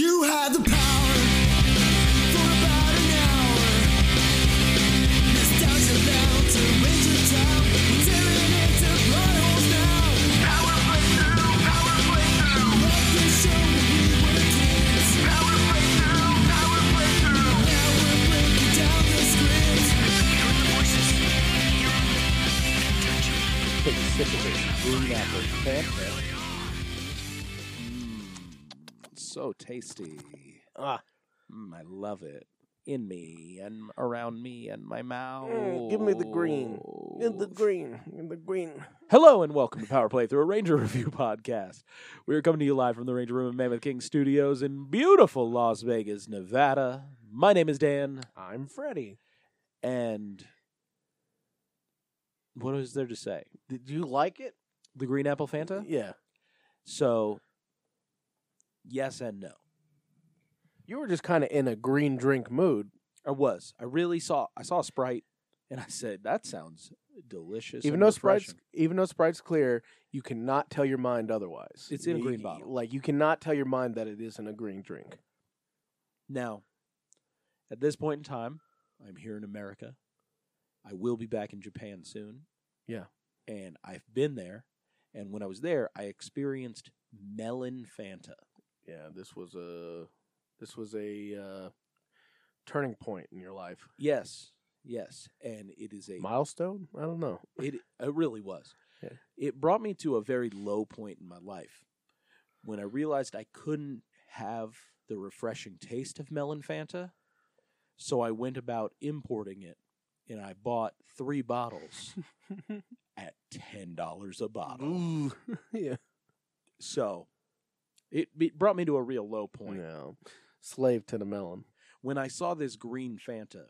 You had the power for about an hour. Nostalgia bound to Ranger Town. We're tearing into plot holes now. Power playthrough, power playthrough. Love the show when we were kids. Power playthrough, power playthrough. Now we're breaking down the script. Take a sip of this green apple panther. Mm, So tasty. Ah. Mm, I love it. In me and around me and my mouth. Mm, give me the green. In the green, in the green. Hello and welcome to Power Play Through a Ranger Review podcast. We are coming to you live from the Ranger Room at Mammoth King Studios in beautiful Las Vegas, Nevada. My name is Dan, I'm Freddy. and what is there to say? Did you like it? The Green Apple Fanta? Yeah. So, yes and no. You were just kind of in a green drink mood, I was. I really saw. I saw a Sprite, and I said, "That sounds delicious." even and though Sprite's refreshing." even though Sprite's clear. You cannot tell your mind otherwise. It's in a You- green you- bottle. Like you cannot tell your mind that it isn't a green drink. now, at this point in time, I'm here in America. I will be back in Japan soon. Yeah. and I've been there, and when I was there, I experienced melon Fanta. Yeah, this was a this was a uh, turning point in your life. Yes, yes, and it is a Milestone? I don't know. It it really was. Yeah. It brought me to a very low point in my life when I realized I couldn't have the refreshing taste of melon Fanta. So I went about importing it and I bought three bottles at ten dollars a bottle. Ooh. yeah. So it, it brought me to a real low point. No. Slave to the melon. When I saw this green Fanta,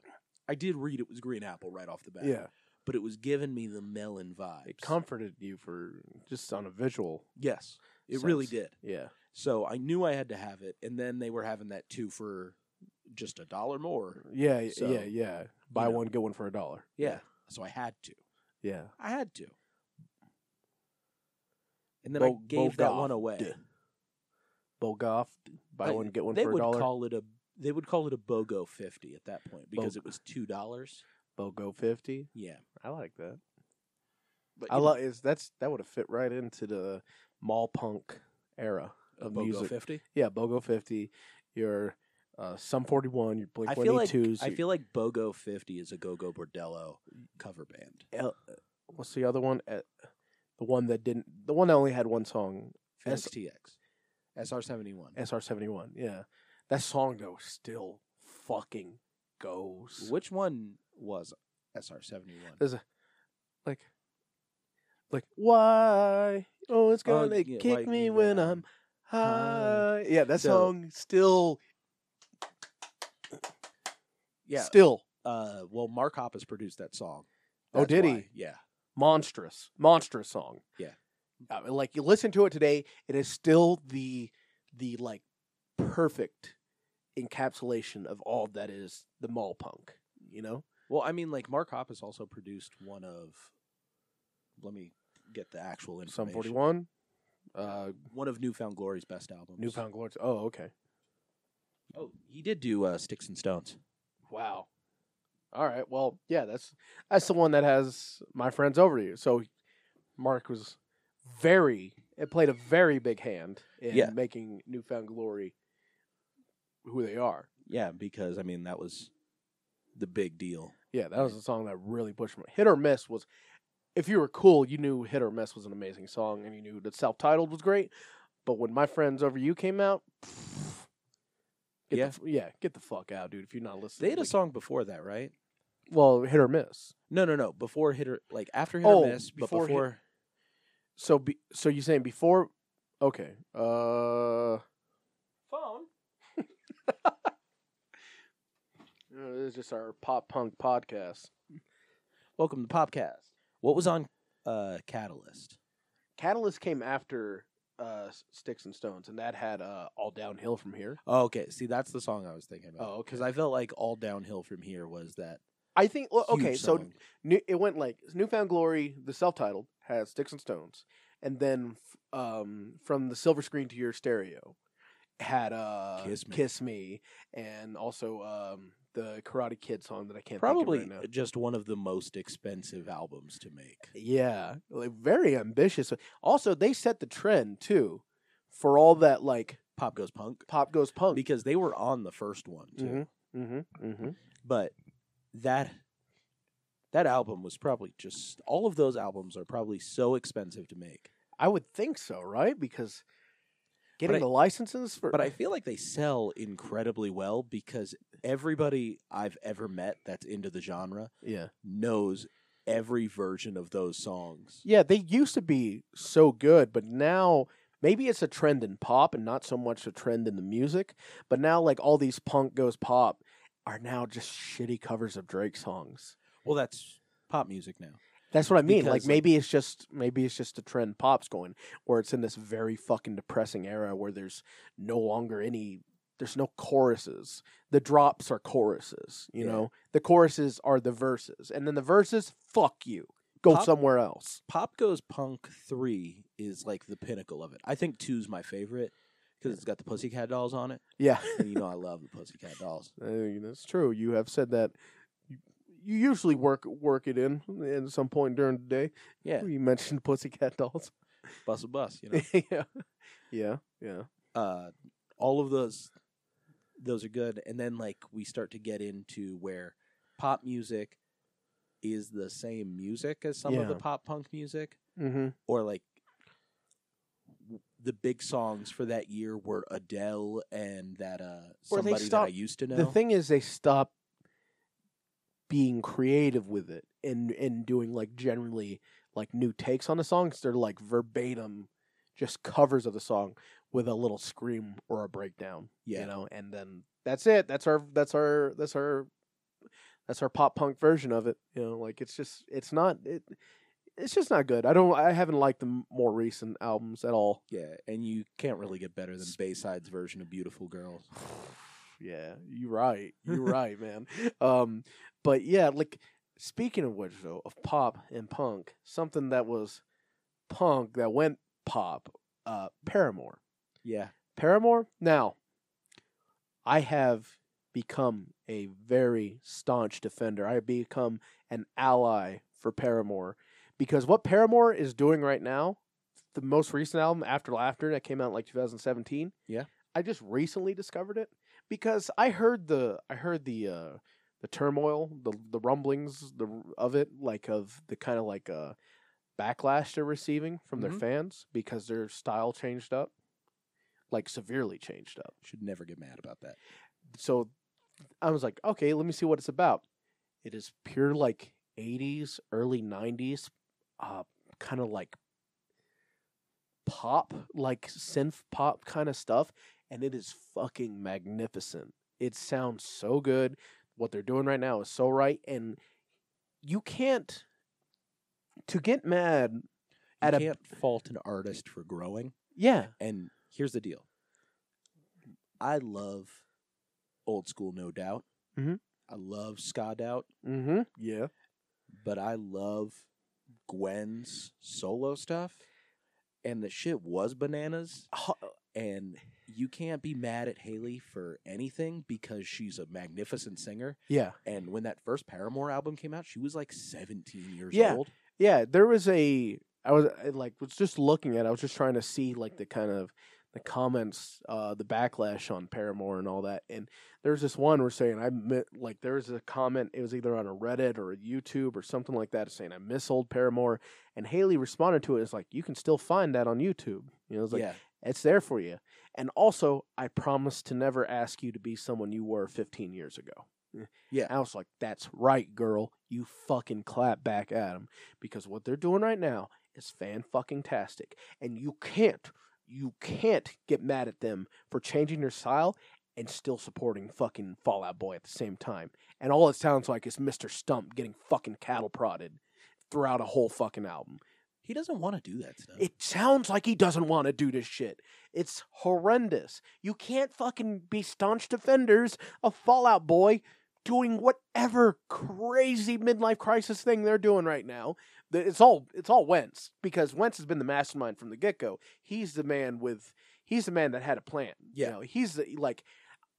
I did read it was green apple right off the bat. Yeah. But it was giving me the melon vibes. It comforted you for just on a visual. yes. It really sense. did. Yeah. So I knew I had to have it, and then they were having that two for just a dollar more. Yeah, y- So, yeah, yeah. Buy know. one, get one for a dollar. Yeah. So I had to. Yeah. I had to. And then Bo- I gave that Bogoff one away. did. Bogoff, buy I- one, get one They for a would dollar. call it a they would call it a BOGO fifty at that point because Bog- it was two dollars. Bogo 50. Yeah. I like that. But I you love is that's that would have fit right into the mall punk era know, a of BOGO music. fifty. Yeah, Bogo 50, your uh, Sum 41, your Blink I feel like 182s. I feel like BOGO fifty is a Go Go Bordello cover band. L- what's the other one? Uh, the one that didn't, the one that only had one song, Phoenix TX. SR seventy one. SR 71. Yeah. That song, though, still fucking goes. Which one was SR seventy one? There's a, like, like, why? Oh, it's Oh, gonna yeah, kick like me you when know. I'm Hi. high. Yeah, that So- song still, Yeah. still uh well Mark Hoppus produced that song. Oh, did he? Yeah. monstrous, monstrous song. Yeah. I mean, like you listen to it today, it is still the the like perfect encapsulation of all that is the mall punk. You know, Well, I mean like Mark Hoppus also produced one of let me get the actual information. Sum Forty One, uh, One of Newfound Glory's best albums. Newfound Glory. Oh, okay. Oh, he did do uh Sticks and Stones. Wow. All right. Well, yeah, that's that's the one that has my friends over you. So Mark was very it played a very big hand in Yeah. making Newfound Glory who they are. Yeah, because I mean that was the big deal. Yeah, that was a song that really pushed me. Hit or Miss was if you were cool, you knew Hit or Miss was an amazing song and you knew that self titled was great. But when my friends over you came out, get Yeah. the, f- yeah, get the fuck out, dude. If you're not listening, They had a like- song before that, right? Well, Hit or Miss. No, no, no. Before Hit or like after Hit Oh, or Miss, but before before, Hit- So, be, so you saying before? Okay. Uh, Phone. Uh, this is just our pop punk podcast. Welcome to Popcast. What was on uh Catalyst? Catalyst came after uh, S- Sticks and Stones, and that had uh, All Downhill from Here. Oh, okay. See, that's the song I was thinking about. Oh, okay. Because I felt like all downhill from here was that. I think. Well, huge okay, so song. new, it went like Newfound Glory, the self-titled, has Sticks and Stones, and then f- um, from the silver screen to your stereo had uh Kiss Me. and also um the Karate Kid song that I can't Probably think of right now. just one of the most expensive albums to make. Yeah, like, very ambitious. Also, they set the trend too for all that like Pop Goes Punk. pop goes punk. Because they were on the first one too. mm-hmm, mm-hmm. But that that album was probably just all of those albums are probably so expensive to make. I would think so, right? Because getting I- the licenses for But I feel like they sell incredibly well because everybody I've ever met that's into the genre yeah knows every version of those songs. yeah they used to be so good, but now maybe it's a trend in pop and not so much a trend in the music. But now like all these punk goes pop are now just shitty covers of Drake songs. Well, that's pop music now. That's what I mean. like Because, like- maybe it's just maybe it's just a trend pop's going where it's in this very fucking depressing era where there's no longer any there's no choruses. The drops are choruses, you Yeah. know. The choruses are the verses. And then the verses, fuck you. Go Pop- somewhere else. Pop Goes Punk 3 is like the pinnacle of it. I think two's my favorite because it's got the Pussycat Dolls on it. Yeah. And you know I love the Pussycat Dolls. I think that's true. You have said that you you usually work work it in at some point during the day. Yeah, You mentioned Pussycat Dolls. Bus a Bus, you know. yeah. Yeah. Yeah. uh, all of those those are good and then like we start to get into where pop music is the same music as some of the Yeah. pop punk music Mhm. or like w- the big songs for that year were Adele and that uh Or they somebody that I stop- used to know. The thing is, they stop being creative with it and and doing like generally like new takes on the songs. They're like verbatim, just covers of the song with a little scream or a breakdown. Yeah. you know, and then that's it. That's our that's our that's our that's our pop punk version of it. You know, like it's just it's not it. It's just not good. I don't. I haven't liked the m- more recent albums at all. yeah, and you can't really get better than Bayside's version of Beautiful Girls. yeah, you're right. You're right, man. Um, but yeah, like speaking of which, though, of pop and punk, something that was punk that went pop, uh, Paramore. Yeah. Paramore. Now, I have become a very staunch defender. I have become an ally for Paramore because what Paramore is doing right now, the most recent album after Laughter that came out in like 2017. Yeah. I just recently discovered it because I heard the I heard the uh the turmoil, the the rumblings the of it like of the kind of like uh backlash they're receiving from Mhm. their fans because their style changed up like severely changed up. Should never get mad about that. So I was like, okay, let me see what it's about. It is pure like 80s, early 90s, uh, kind of like pop, like synth pop kind of stuff. And it is fucking magnificent. It sounds so good. What they're doing right now is so right. And you can't, to get mad You at a, can't fault an artist for growing. yeah, And here's the deal. I love old school, no doubt. Mhm. I love ska doubt, mm-hmm, yeah. but I love Gwen's solo stuff. And the shit was bananas. And you can't be mad at Haley for anything because she's a magnificent singer. Yeah. And when that first Paramore album came out, she was like 17 years Yeah. old. Yeah, there was a I was I, like was just looking at. it, I was just trying to see like the kind of the comments, uh, the backlash on Paramore and all that. And there was this one we're saying I mi- like there was a comment. It was either on a Reddit or a YouTube or something like that saying I miss old Paramore. And Haley responded to it. It's like you can still find that on YouTube. You know, it's like yeah. it's there for you. And also, I promise to never ask you to be someone you were 15 years ago. Eh, Yeah. I was like, that's right, girl. You fucking clap back at them because what they're doing right now is fan fucking tastic. And you can't, you can't get mad at them for changing their style and still supporting fucking Fallout Boy at the same time. And all it sounds like is Mr. Stump getting fucking cattle prodded throughout a whole fucking album. He doesn't want to do that stuff. It sounds like he doesn't want to do this shit. It's horrendous. You can't fucking be staunch defenders of Fallout Boy doing whatever crazy midlife crisis thing they're doing right now. Th- It's all it's all Wentz because Wentz has been the mastermind from the get go. He's the man with he's the man that had a plan. Yeah. You know, he's the, like,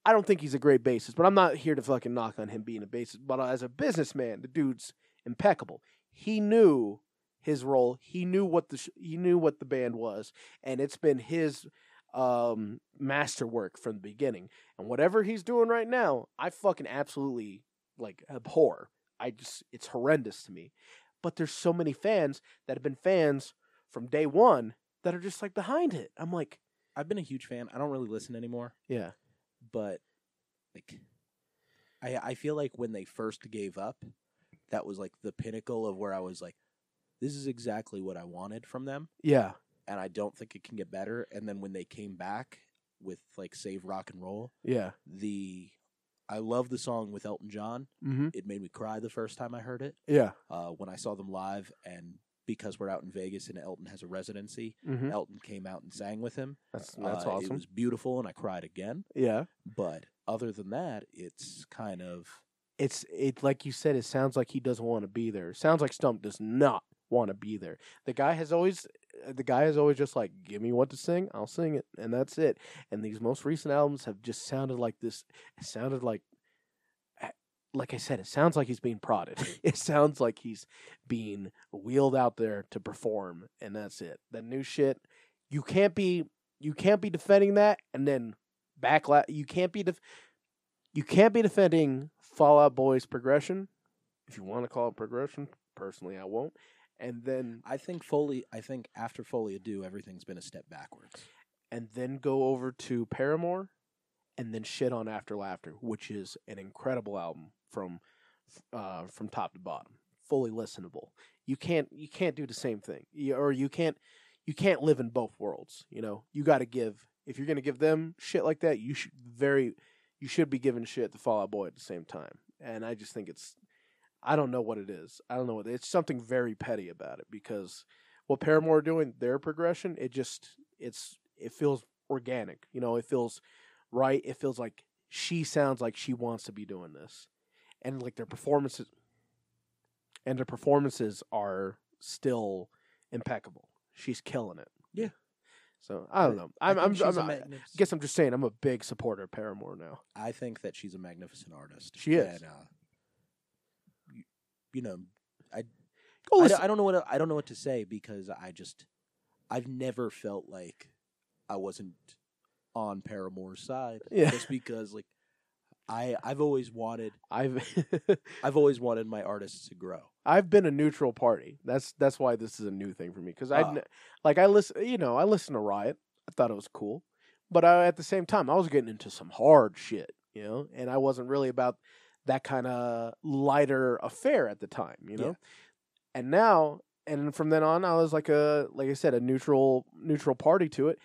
I don't think he's a great bassist, but I'm not here to fucking knock on him being a bassist. But as a businessman, the dude's impeccable. He knew his role. He knew what the sh- he knew what the band was, and it's been his um masterwork from the beginning. And whatever he's doing right now, I fucking absolutely like abhor. I just it's horrendous to me. But there's so many fans that have been fans from day one that are just like behind it. I'm like, I've been a huge fan. I don't really listen anymore, yeah, but like, I I feel like when they first gave up, that was like the pinnacle of where I was like, this is exactly what I wanted from them, yeah, and I don't think it can get better. And then when they came back with like Save Rock and Roll, yeah. the I love the song with Elton John. Mm-hmm. It made me cry the first time I heard it. Yeah. Uh, when I saw them live, and because we're out in Vegas and Elton has a residency, Mm-hmm. Elton came out and sang with him. That's Uh, It was beautiful, and I cried again. yeah. But other than that, it's kind of It's it like you said, it sounds like he doesn't want to be there. It sounds like Stump does not want to be there. The guy has always uh, the guy is always just like, give me what to sing, I'll sing it, and that's it. And these most recent albums have just sounded like this it sounded like eh, like I said, it sounds like he's being prodded. it sounds like he's being wheeled out there to perform, and that's it. The new shit, you can't be you can't be defending that, and then backlash. You can't be def- you can't be defending Fallout Boy's progression, if you want to call it progression. Personally, I won't. And then I think Foley. I think after Foley Ado, everything's been a step backwards. and then go over to Paramore, and then shit on After Laughter, which is an incredible album from uh, from top to bottom, fully listenable. You can't you can't do the same thing, you, or you can't you can't live in both worlds. You know, you got to give if you're gonna give them shit like that. You should very you should be giving shit to Fall Out Boy at the same time. And I just think it's I don't know what it is. I don't know what it's something very petty about it because what Paramore are doing their progression, it just it's it feels organic. You know, it feels right. It feels like she sounds like she wants to be doing this, and like their performances, and their performances are still impeccable. She's killing it. Yeah. So I don't know. I'm. I I'm. think she's I'm, a i magnific- guess I'm just saying I'm a big supporter of Paramore now. I think that she's a magnificent artist. She is. And, uh, you, you know, Go I, listen. don't- I don't know what I don't know what to say because I just I've never felt like I wasn't on Paramore's side. Yeah. Just because like I I've always wanted I've I've always wanted my artists to grow. I've been a neutral party. That's that's why this is a new thing for me because I Ah. like I listen. You know, I listened to Riot. I thought it was cool, but I, at the same time, I was getting into some hard shit. You know, and I wasn't really about that kind of lighter affair at the time. You know, Yeah. and now and from then on, I was like a like I said, a neutral neutral party to it.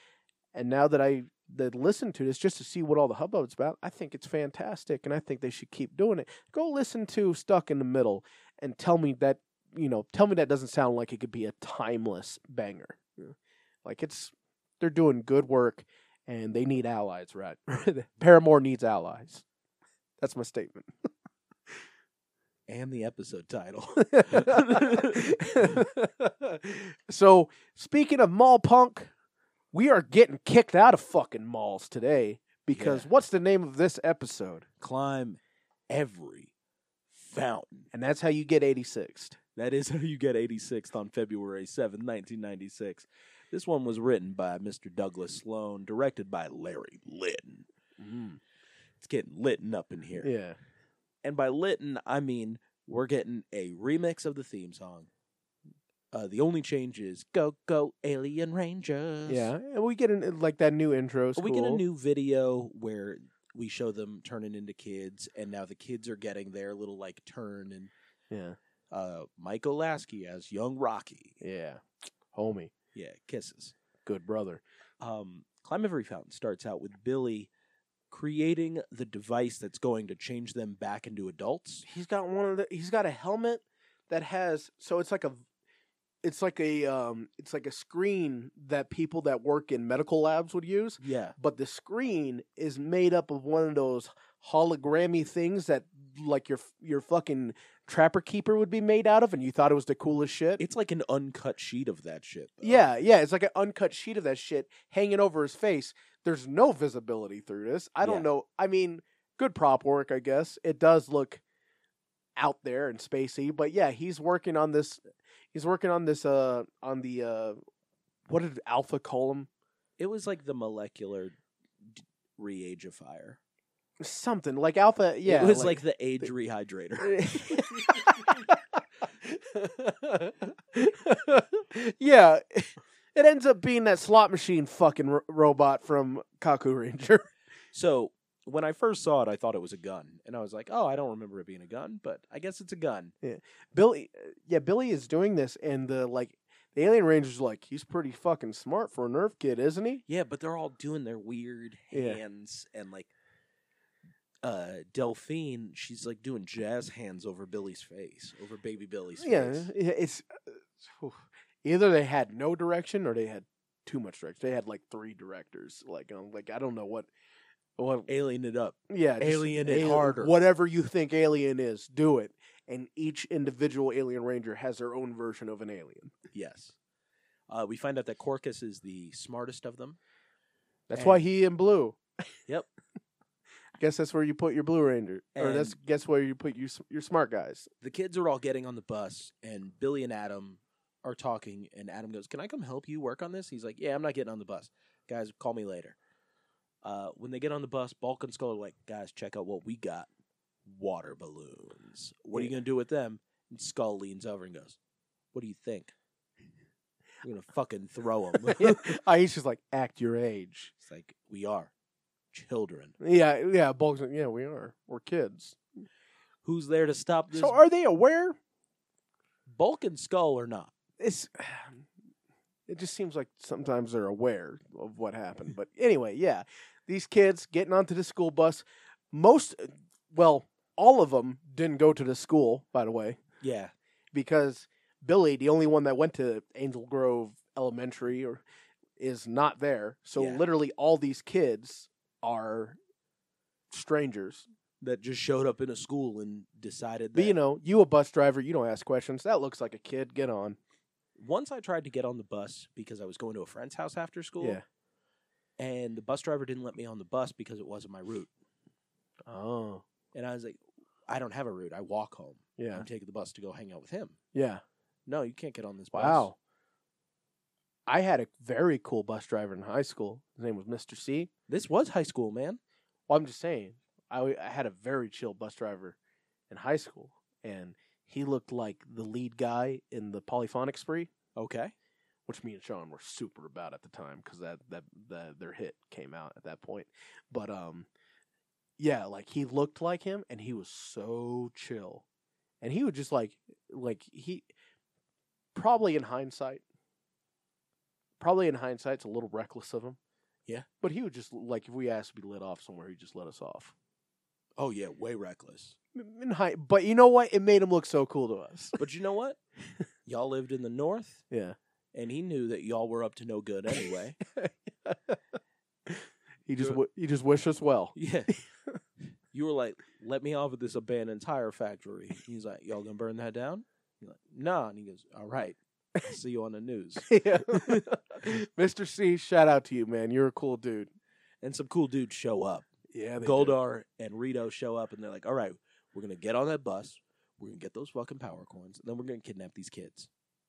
And now that I that listen to this just to see what all the hubbub's about, I think it's fantastic, and I think they should keep doing it. Go listen to Stuck in the Middle and tell me that you know tell me that doesn't sound like it could be a timeless banger like it's they're doing good work and they need allies right paramore needs allies that's my statement And the episode title. so speaking of mall punk we are getting kicked out of fucking malls today because Yeah. what's the name of this episode Climb every fountain. and that's how you get 86 That is how you get 86th on February seventh, 1996. This one was written by Mr. Douglas Sloan, directed by Larry Litton. Mm. It's getting litten up in here. yeah And by litten, I mean we're getting a remix of the theme song. Uh, the only change is go go alien rangers. yeah and we get an, like that new intro we get a cool. new video where we show them turning into kids, and now the kids are getting their little like turn. And yeah uh, Mike Olasky as young Rocky, Yeah. Homie. yeah, kisses. Good brother. Um, Climb Every Fountain starts out with Billy creating the device that's going to change them back into adults. He's got one of the he's got a helmet that has so it's like a it's like a um it's like a screen that people that work in medical labs would use, Yeah, but the screen is made up of one of those hologrammy things that like your your fucking Trapper Keeper would be made out of, and you thought it was the coolest shit. It's like an uncut sheet of that shit. though. yeah, yeah, it's like an uncut sheet of that shit hanging over his face. There's no visibility through this. I don't Yeah. know. I mean, good prop work, I guess. It does look out there and spacey, but yeah, he's working on this. He's working on this. Uh, on the uh, what did Alpha call him? It was like the molecular d- reageifier. Something like Alpha. Yeah, it was like, the age rehydrator. yeah, it ends up being that slot machine fucking ro- robot from Kaku Ranger. So when I first saw it, I thought it was a gun, and I was like, "Oh, I don't remember it being a gun, but I guess it's a gun." Billy, yeah, Billy is doing this, and the like, the alien ranger's like, he's pretty fucking smart for a nerf kid, isn't he? Yeah, but they're all doing their weird Yeah. hands and like uh Delphine, she's like doing jazz hands over Billy's face, over baby Billy's Yeah, face. yeah, it's oof. either they had no direction or they had too much direction. They had like three directors. Like, I'm like, I don't know what, what Alien it up. Yeah, just Alien it harder. Whatever you think alien is, do it. And each individual alien ranger has their own version of an alien. Yes. Uh, we find out that Corcus is the smartest of them. That's And- why he in blue. Yep. guess that's where you put your blue ranger, or that's And- guess where you put your s- your smart guys. The kids are all getting on the bus, and Billy and Adam are talking. And Adam goes, "Can I come help you work on this?" He's like, "Yeah, I'm not getting on the bus. Guys, call me later." Uh, when they get on the bus, Bulk and Skull are like, "Guys, check out what we got: water balloons. What are you Yeah. gonna do with them?" And Skull leans over and goes, "What do you think? We're gonna fucking throw them." Aisha's like, act your age. it's like we are children. Yeah, yeah. Bulk's like, yeah, we are. We're kids. Who's there to stop this? So are they aware? Bulk and Skull are not. It's. It just seems like sometimes they're aware of what happened. But anyway, yeah, these kids getting onto the school bus. Most, well, all of them didn't go to the school, by the way, Yeah, because Billy, the only one that went to Angel Grove Elementary, or is not there. So Yeah. literally, all these kids are strangers. that just showed up in a school and decided. That But you know, you a bus driver, you don't ask questions. That looks like a kid. Get on. once I tried to get on the bus because I was going to a friend's house after school, Yeah. and the bus driver didn't let me on the bus because it wasn't my route. Oh. And I was like, I don't have a route. I walk home. Yeah. I'm taking the bus to go hang out with him. Yeah. No, you can't get on this bus. Wow. I had a very cool bus driver in high school. His name was Mr. C. This was high school, man. Well, I'm just saying, I, w- I had a very chill bus driver in high school, and he looked like the lead guy in the polyphonic spree, Okay. which me and Sean were super about at the time because that, that that their hit came out at that point. But um, yeah, like he looked like him, and he was so chill, and he would just like like he probably in hindsight, probably in hindsight, it's a little reckless of him. Yeah. but he would just like if we asked to be let off somewhere, he'd just let us off. Oh yeah, way reckless. In high, but you know what? It made him look so cool to us. But you know what? y'all lived in the north, Yeah, and he knew that y'all were up to no good anyway. he just Good. w- he just wished us well. yeah. You were like, "Let me off at this abandoned tire factory." He's like, "Y'all gonna burn that down?" You're like, "Nah," and he goes, "All right, I'll see you on the news." Yeah. Mr. C, shout out to you, man. You're a cool dude. and some cool dudes show up. Yeah, Goldar and Rito show up, and they're like, "All right, we're gonna get on that bus. We're gonna get those fucking power coins, and then we're gonna kidnap these kids.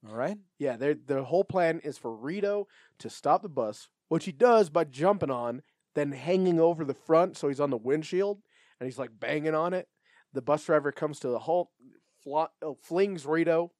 All right? Yeah, their their whole plan is for Rito to stop the bus, which he does by jumping on, then hanging over the front, so he's on the windshield, and he's like banging on it. The bus driver comes to the halt, fl- uh, flings Rito.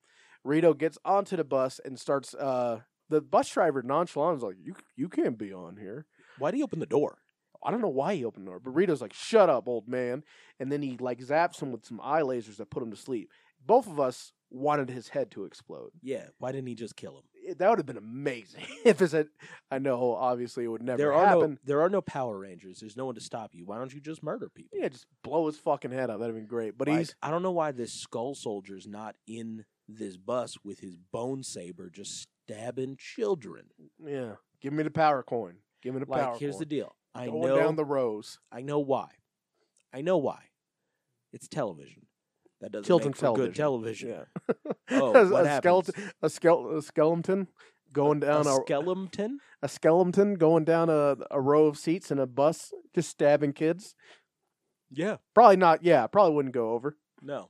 Rito gets onto the bus and starts. Uh, the bus driver nonchalant is like, "You you can't be on here." Why do you open the door? I don't know why he opened the door, but Rito's like, "Shut up, old man!" And then he like zaps him with some eye lasers that put him to sleep. Both of us wanted his head to explode Yeah. Why didn't he just kill them? it- that would have been amazing if it said, I know obviously it would never There are happen. no there are no Power Rangers. There's no one to stop you. Why don't you just murder people? Yeah, just blow his fucking head up. That'd have been great. But Like, he's I don't know why this Skull Soldier's not in this bus with his bone saber just stabbing children. yeah. Give me the power coin. Give me the Like power here's the coin. deal. I Going know down the rows. I know why. I know why. It's television. That doesn't Children's make for good television. television. Oh, a, what a happens? skeleton, a, skele- a skeleton going down a a, skeleton. a skeleton going down a, a row of seats in a bus, just stabbing kids. Yeah. Probably not. Yeah, probably wouldn't go over. No.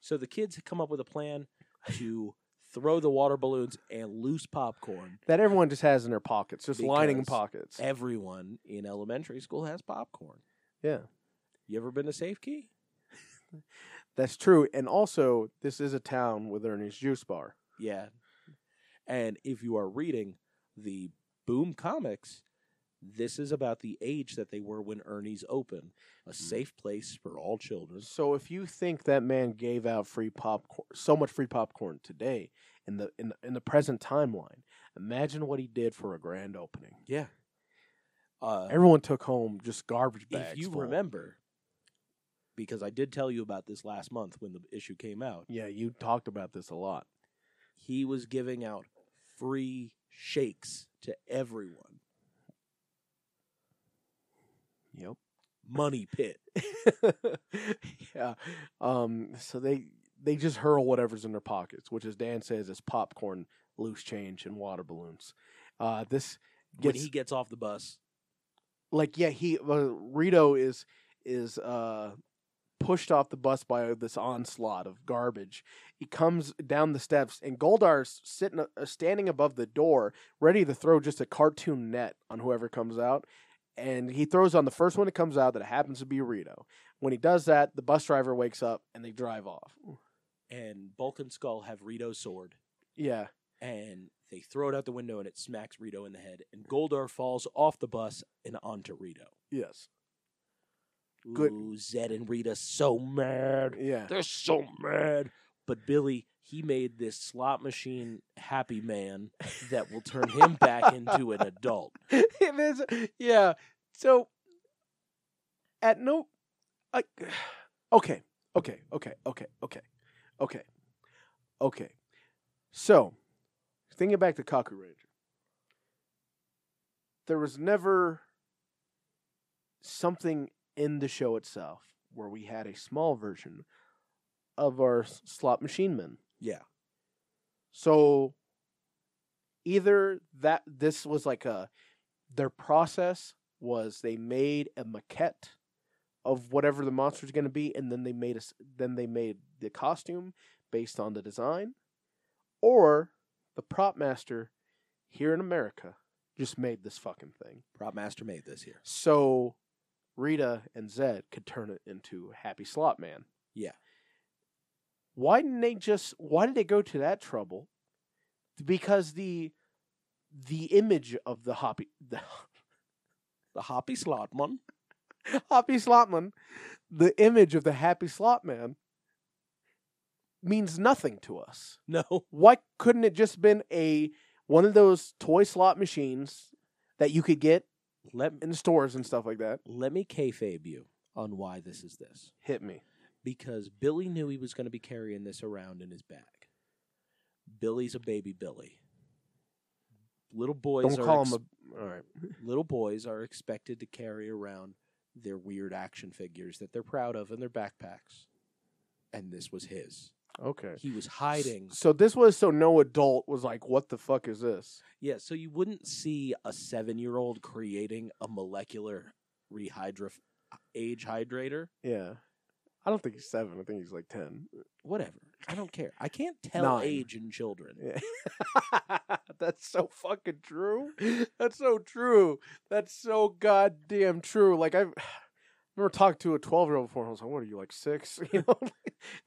So the kids come up with a plan to throw the water balloons and loose popcorn. That everyone just has in their pockets, just lining Because e pockets. Everyone in elementary school has popcorn. Yeah, You ever been to Safe Key? that's true. And also, this is a town with Ernie's Juice Bar. Yeah. And if you are reading the Boom comics, this is about the age that they were when Ernie's open, Mm-hmm. a safe place for all children. So if you think that man gave out free popcorn, so much free popcorn today in the in the, in the present timeline, imagine what he did for a grand opening. Yeah. Uh, Everyone took home just garbage bags. if you full. remember, because I did tell you about this last month when the issue came out, yeah, you talked about this a lot. he was giving out free shakes to everyone. Yep. Money pit. yeah. Um. So they they just hurl whatever's in their pockets, which, as Dan says, is popcorn, loose change, and water balloons. Uh. This when Gets- he gets off the bus, like yeah he uh, Rito is is uh pushed off the bus by this onslaught of garbage. He comes down the steps and Goldar's sitting uh, standing above the door ready to throw just a cartoon net on whoever comes out and he throws on the first one that comes out that happens to be Rito. When he does that, the bus driver wakes up and they drive off. and Bulk and Skull have Rito's sword. Yeah. and they throw it out the window and it smacks Rito in the head. And Goldar falls off the bus and onto Rito. Yes. Good- Ooh, Zed and Rita so mad. Yeah. They're so mad. But Billy, he made this slot machine happy man that will turn him back into an adult. it is yeah so at no like okay okay okay okay okay okay okay so thinking back to Kaku Ranger there was never something in the show itself where we had a small version of our s- slot machine men Yeah. so either that this was like a their process was they made a maquette of whatever the monster's going to be and then they made us then they made the costume based on the design or the prop master here in America just made this fucking thing. Prop Master made this here. So Rita and Zed could turn it into Happy Slot Man. Yeah. Why didn't they just why did they go to that trouble? Because the the image of the Hoppy the The Hoppy Slotman. Hoppy Slotman, the image of the Happy Slot Man means nothing to us. No. Why couldn't it just been a one of those toy slot machines that you could get Let, in stores and stuff like that? let me kayfabe you on why this is this. Hit me. because Billy knew he was going to be carrying this around in his bag. Billy's a baby Billy. Little boys Don't are call ex- him a all right. little boys are expected to carry around their weird action figures that they're proud of in their backpacks. And this was his. Okay. He was hiding. So this was so no adult was like, what the fuck is this? Yeah, so you wouldn't see a 7-year-old creating a molecular rehydra age hydrator, Yeah. I don't think he's seven. I think he's like 10. whatever. I don't care. I can't tell Nine. age in children. Yeah. That's so fucking true. That's so true. That's so goddamn true. Like, I remember talking to a 12 year old before and I was like, what are you, like six? You know?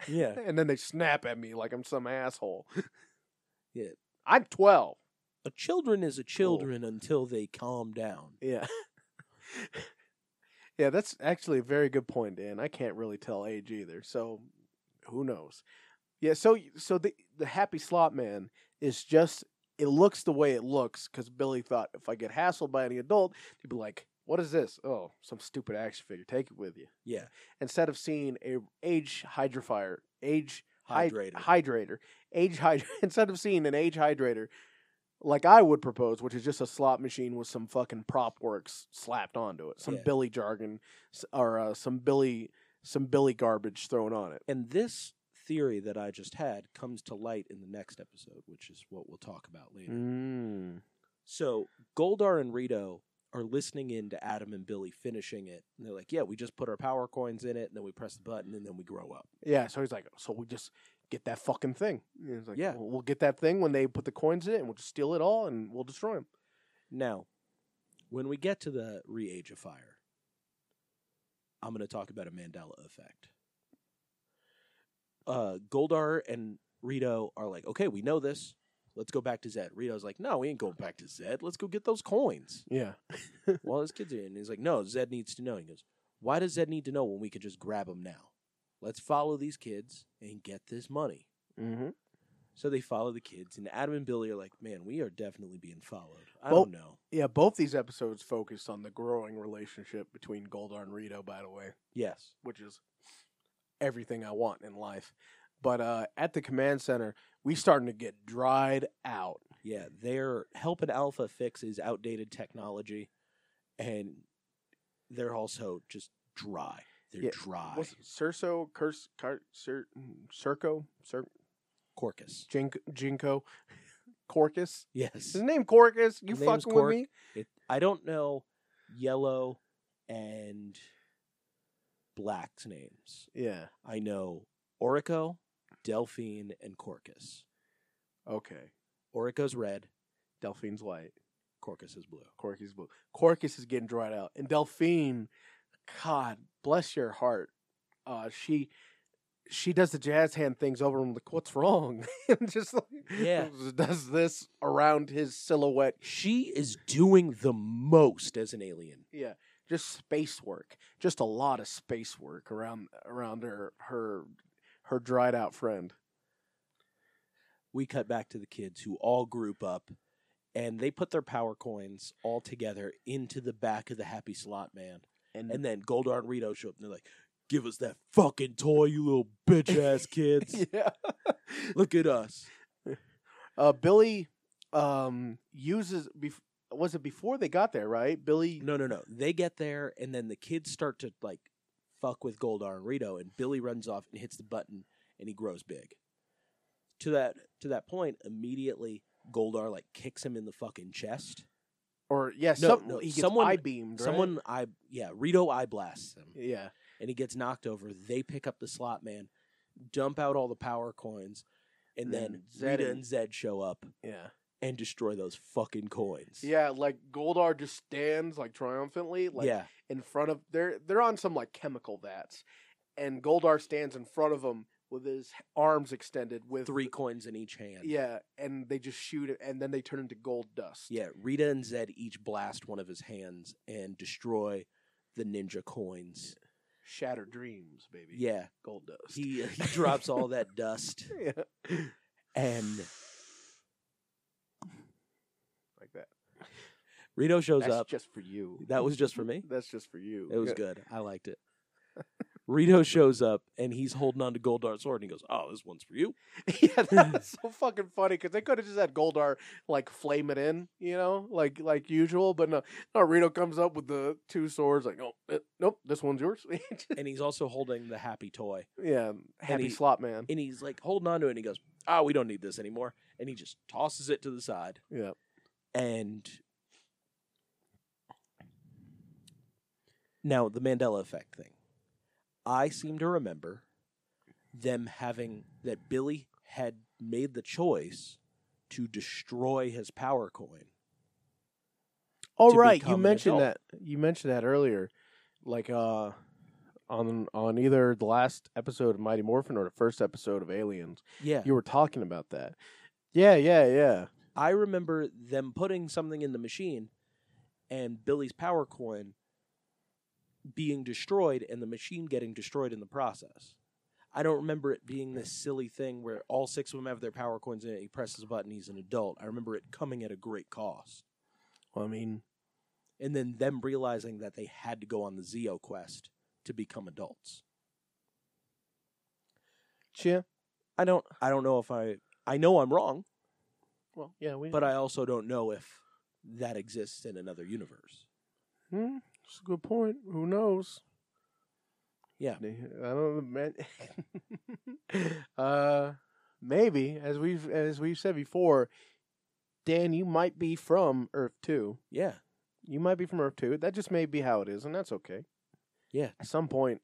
Yeah. and then they snap at me like I'm some asshole. Yeah. I'm 12. a children is a children until they calm down. Yeah. yeah, that's actually a very good point, Dan. I can't really tell age either, so who knows? Yeah, so so the the happy slot man is just it looks the way it looks because Billy thought if I get hassled by any adult, they'd be like, "What is this? Oh, some stupid action figure. Take it with you." Yeah. Instead of seeing a age hydrifier, age hy- Hydrator. hydrator, age hyd- instead of seeing an age hydrator, like I would propose, which is just a slot machine with some fucking prop works slapped onto it, some Yeah. Billy jargon s- or uh, some Billy some Billy garbage thrown on it. And this theory that I just had comes to light in the next episode, which is what we'll talk about later. Mm. So Goldar and Rito are listening in to Adam and Billy finishing it. And they're like, yeah, we just put our power coins in it and then we press the button and then we grow up. Yeah, so he's like, so we just get that fucking thing. And he's like, Yeah. "Well, we'll get that thing when they put the coins in it, and we'll just steal it all, and we'll destroy them. Now, when we get to the re age of fire, I'm going to talk about a Mandela effect. Uh, Goldar and Rito are like, okay, we know this. Let's go back to Zed. Rito's like, no, we ain't going back to Zed. Let's go get those coins. Yeah, well, his kids are in. And he's like, no, Zed needs to know. He goes, why does Zed need to know when we could just grab him now? Let's follow these kids and get this money. mm-hmm. So they follow the kids, and Adam and Billy are like, man, we are definitely being followed. I Well- don't know. yeah. Both these episodes focus on the growing relationship between Goldar and Rito. By the way, Yes. which is everything I want in life. But uh, at the command center, we starting to get dried out. Yeah, they're helping Alpha fix his outdated technology, and they're also just dry. They're Yeah, dry. What's Cerso, Curse, Car, Cer, Circo, Cer, Corcus. Jink, Jinko, Corcus? Is Yes. his name Corcus? You His name's fucking Cork. with me? It, I don't know yellow and black's names. Yeah. I know Orico, Delphine, and Corcus. Okay. Orico's red, Delphine's white. Corcus is blue. Corcus blue. Corcus is getting dried out, and Delphine, God bless your heart. Uh, she she does the jazz hand things over him. Like, what's wrong? and just like, Yeah. does this around his silhouette. She is doing the most as an alien. Yeah, just space work. Just a lot of space work around around her her her dried out friend. we cut back to the kids who all group up and they put their power coins all together into the back of the happy slot man. Mm-hmm. And then Goldar and Rito show up and they're like, Give us that fucking toy, you little bitch ass kids. yeah. Look at us. Uh, Billy um uses bef- was it before they got there, right? Billy No, no, no. They get there and then the kids start to like fuck with Goldar and Rito and Billy runs off and hits the button and he grows big. To that to that point, immediately Goldar like kicks him in the fucking chest. or yeah, No, some, no, he gets someone- eye beamed. Someone I yeah, Rito eye blasts him. yeah, and he gets knocked over. They pick up the slot man, dump out all the power coins, and then Then Zed Rita and- and Zed show up yeah, and destroy those fucking coins. yeah. Like Goldar just stands like triumphantly, like yeah, in front of they're they're on some like chemical vats, and Goldar stands in front of him with his arms extended with three coins in each hand. Yeah, and they just shoot it, and then they turn into gold dust. yeah. Rita and Zed each blast one of his hands and destroy the ninja coins. shatter dreams, baby. Yeah, gold dust. he he drops all that dust yeah, and. like that. Rito shows That's up. just for you. That was just for me? That's just for you. It was good. I liked it. Rito shows up and he's holding on to Goldar's sword and he goes, "Oh, this one's for you." yeah, that was so fucking funny because they could have just had Goldar like flame it in, you know, like like usual. But no, no. Rito comes up with the two swords, like, oh, eh, nope, this one's yours. And he's also holding the happy toy. yeah, happy he- slot man. and he's like holding on to it and he goes ah we don't need this anymore and he just tosses it to the side yeah, and now the mandela effect thing i seem to remember them having that billy had made the choice to destroy his power coin Oh to right, become you an mentioned adult. that. You mentioned that earlier, like uh, on on either the last episode of Mighty Morphin or the first episode of Aliens. yeah You were talking about that. Yeah, yeah, yeah. I remember them putting something in the machine and Billy's power coin being destroyed and the machine getting destroyed in the process. I don't remember it being this silly thing where all six of them have their power coins in it. He presses a button, he's an adult. I remember it coming at a great cost. Well, I mean, And then them realizing that they had to go on the Zeo quest to become adults. yeah. I don't I don't know if I I know I'm wrong, Well, yeah, we. but I also don't know if that exists in another universe. Hmm, that's a good point. Who knows? Yeah. I don't know, man. uh, maybe as we've as we've said before, Dan, you might be from Earth Two. Yeah. You might be from Earth Two. That just may be how it is, and that's okay. Yeah. At some point,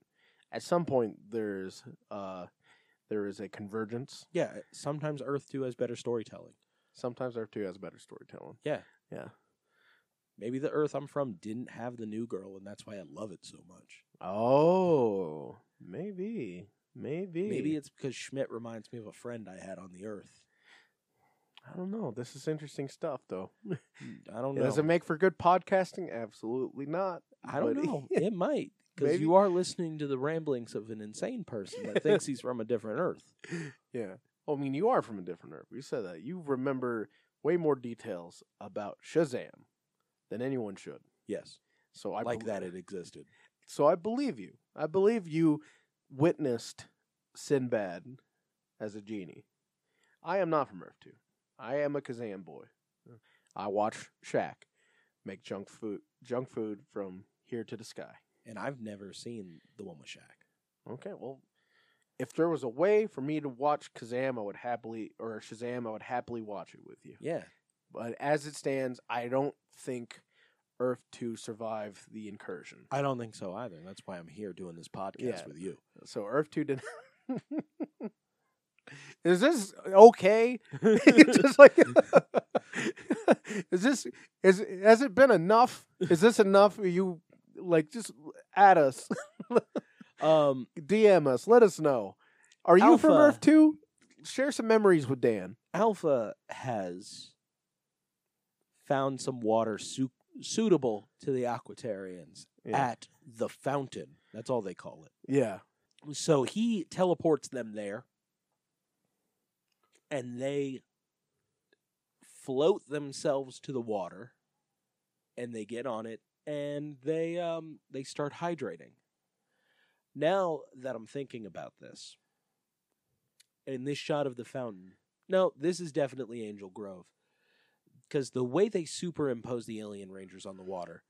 at some point, there's uh, there is a convergence. Yeah. Sometimes Earth 2 has better storytelling. Sometimes Earth Two has better storytelling. Maybe the Earth I'm from didn't have the new girl, and that's why I love it so much. Oh, maybe, maybe, Maybe it's because Schmidt reminds me of a friend I had on the Earth. I don't know. This is interesting stuff, though. Hmm, I don't It know. Does it make for good podcasting? Absolutely not. I don't but- know. It might. Because Maybe. you are listening to the ramblings of an insane person that thinks he's from a different Earth. yeah. Well, I mean, you are from a different earth. We said that. You remember way more details about Shazam than anyone should. Yes. So I like bel- that it existed. So I believe you. I believe you witnessed Sinbad as a genie. I am not from Earth Two. I am a Kazam boy. I watch Shaq make junk food junk food from here to the sky. And I've never seen the one with Shaq. Okay, well, if there was a way for me to watch Kazam, I would happily, or Shazam, I would happily watch it with you. Yeah. But as it stands, I don't think Earth 2 survived the incursion. I don't think so either. That's why I'm here doing this podcast Yeah. with you. So Earth 2 didn't. Is this okay? Just like Is this is has it been enough? Is this enough? Are you like just at us, Um, DM us, let us know. Are you from Alpha. Earth 2? Share some memories with Dan. Alpha has found some water su- suitable to the Aquatarians Yeah. at the fountain. That's all they call it. yeah. So he teleports them there, and they float themselves to the water, and they get on it, and they um, they start hydrating. Now that I'm thinking about this, and this shot of the fountain, no, this is definitely Angel Grove, because the way they superimpose the alien rangers on the water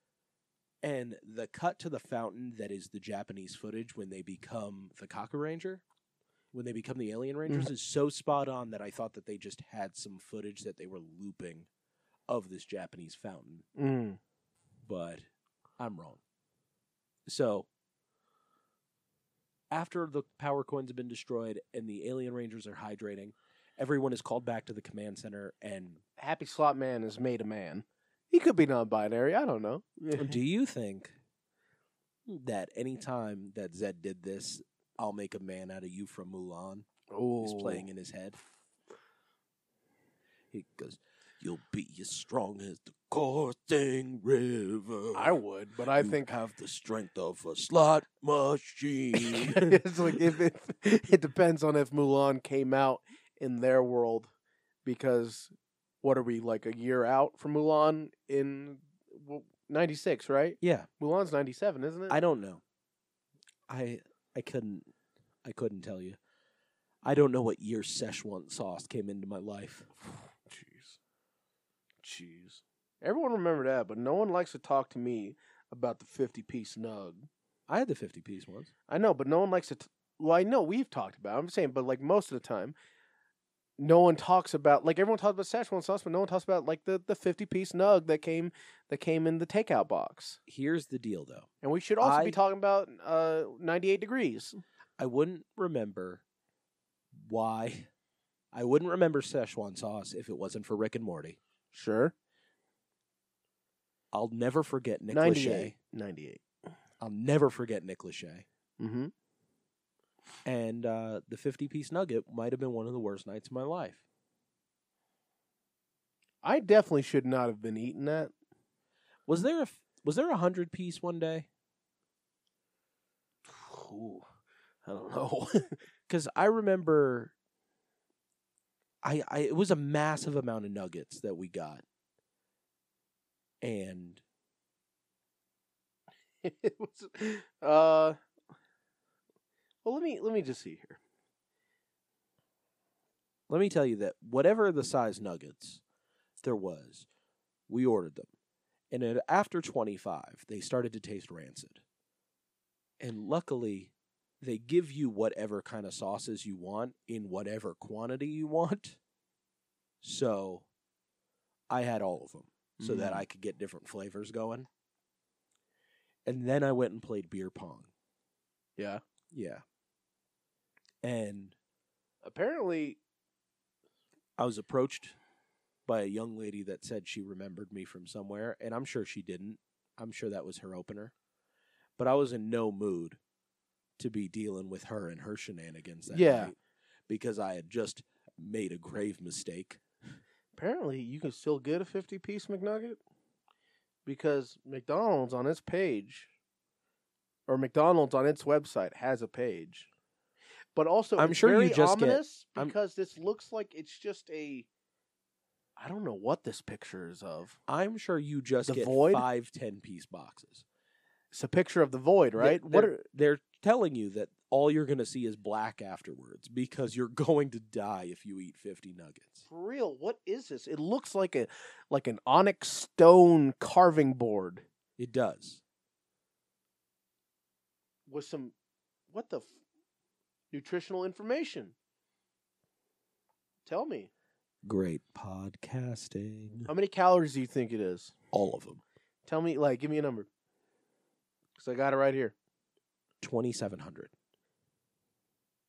and the cut to the fountain that is the Japanese footage when they become the Kaku Ranger, when they become the Alien Rangers, is so spot on that I thought that they just had some footage that they were looping of this Japanese fountain, Mm. but I'm wrong. So, after the power coins have been destroyed and the Alien Rangers are hydrating, everyone is called back to the command center. And Happy Slot Man is made a man. He could be non-binary. I don't know. do you think that any time that Zed did this, I'll make a man out of you from Mulan? He's Oh. playing in his head. He goes, "You'll be as strong as the coursing river." I would, but I You think have the strength of a slot machine. it's like if it, it depends on if Mulan came out in their world, because what are we like a year out from Mulan in '96, right? yeah, Mulan's '97, isn't it? I don't know. I I couldn't I couldn't tell you. I don't know what year Szechuan sauce came into my life. Jeez. Jeez. Everyone remember that, but no one likes to talk to me about the 50 piece nug. I had the fifty piece once. I know, but no one likes to. T- well, I know we've talked about. It, I'm saying, but like most of the time, no one talks about. Like everyone talks about Szechuan sauce, but no one talks about like the the 50 piece nug that came that came in the takeout box. Here's the deal, though. And we should also I- be talking about uh 98 degrees. I wouldn't remember why. I wouldn't remember Szechuan sauce if it wasn't for Rick and Morty. Sure. I'll never forget Nick 98. Lachey. 98. I'll never forget Nick Lachey. Mm-hmm. And uh, the 50 piece nugget might have been one of the worst nights of my life. I definitely should not have been eating that. Was there a f- was there a 100 piece one day? Ooh, I don't know. Cuz I remember I, I it was a massive amount of nuggets that we got. And it was uh well let me let me just see here let me tell you that whatever the size nuggets there was, we ordered them. And at, after 25, they started to taste rancid. And luckily, they give you whatever kind of sauces you want in whatever quantity you want. So I had all of them so that Mm. I could get different flavors going. And then I went and played beer pong. Yeah. Yeah. And Apparently, I was approached by a young lady that said she remembered me from somewhere, and I'm sure she didn't. I'm sure that was her opener. But I was in no mood to be dealing with her and her shenanigans that Yeah. night because I had just made a grave mistake. apparently you can still get a 50 piece McNugget because McDonald's on its page or McDonald's on its website has a page. But also I'm it's sure you very just get- ominous I'm- because this looks like it's just a I don't know what this picture is of. I'm sure you just The get void? five ten piece boxes. It's a picture of the void, right? They're, what they're- are they're telling you that all you're going to see is black afterwards because you're going to die if you eat 50 nuggets. for real? What is this? It looks like a like an onyx stone carving board It does. with some what the f- nutritional information. Tell me. Great podcasting. How many calories do you think it is? All of them. Tell me, like, give me a number. Because I got it right here. 2700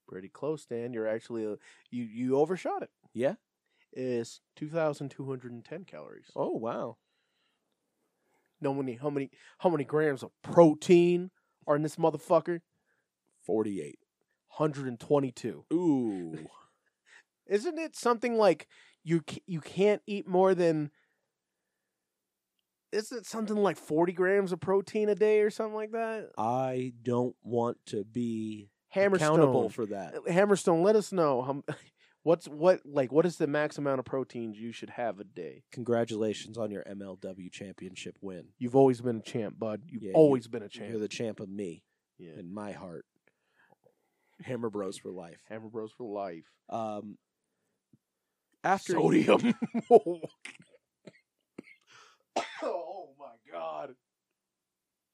Pretty close, Dan. You're actually, uh you, you overshot it. yeah It's 2,210 calories. oh wow No, many, how many, how many grams of protein are in this motherfucker? 48 122. ooh Isn't it something like you ca- you can't eat more than? Isn't it something like 40 grams of protein a day or something like that? i don't want to be Hammerstone. accountable for that Hammerstone, let us know how, m- what's what like what is the max amount of proteins you should have a day. congratulations on your mlw championship win You've always been a champ, bud. You've Yeah, you- always been a you're champ. the champ of me yeah. in my heart hammer bros for life Hammer Bros for life. um after Sodium. oh my god,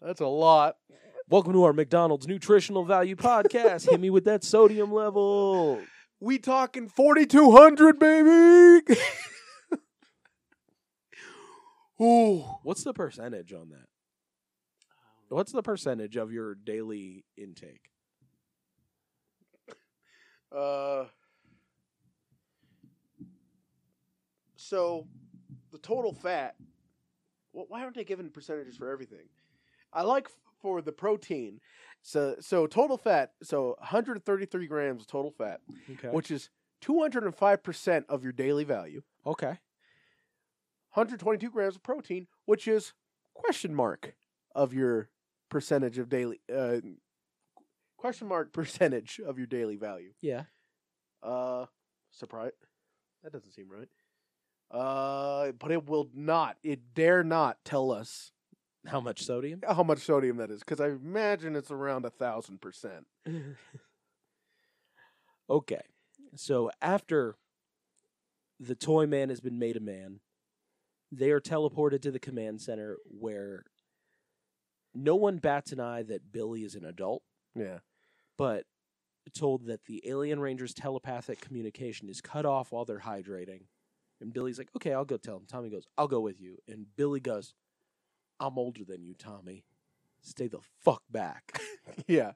that's a lot. welcome to our mcdonald's nutritional value podcast hit me with that sodium level We talking forty two hundred, baby. Ooh. what's the percentage on that what's the percentage of your daily intake Uh, so the total fat. Well, why aren't they giving percentages for everything? I like f- for the protein. So so total fat. So 133 grams of total fat, okay which is 205 percent of your daily value. okay 122 grams of protein, which is question mark of your percentage of daily. Uh, question mark percentage of your daily value. yeah Uh, surprise. That doesn't seem right. Uh, but it will not. It dare not tell us how much sodium how much sodium that is, because I imagine it's around a thousand percent. okay. So after the toy man has been made a man, they are teleported to the command center where no one bats an eye that Billy is an adult, Yeah. but told that the alien ranger's telepathic communication is cut off while they're hydrating. And Billy's like, okay, I'll go tell him. Tommy goes, I'll go with you. And Billy goes, I'm older than you, Tommy. Stay the fuck back. Yeah.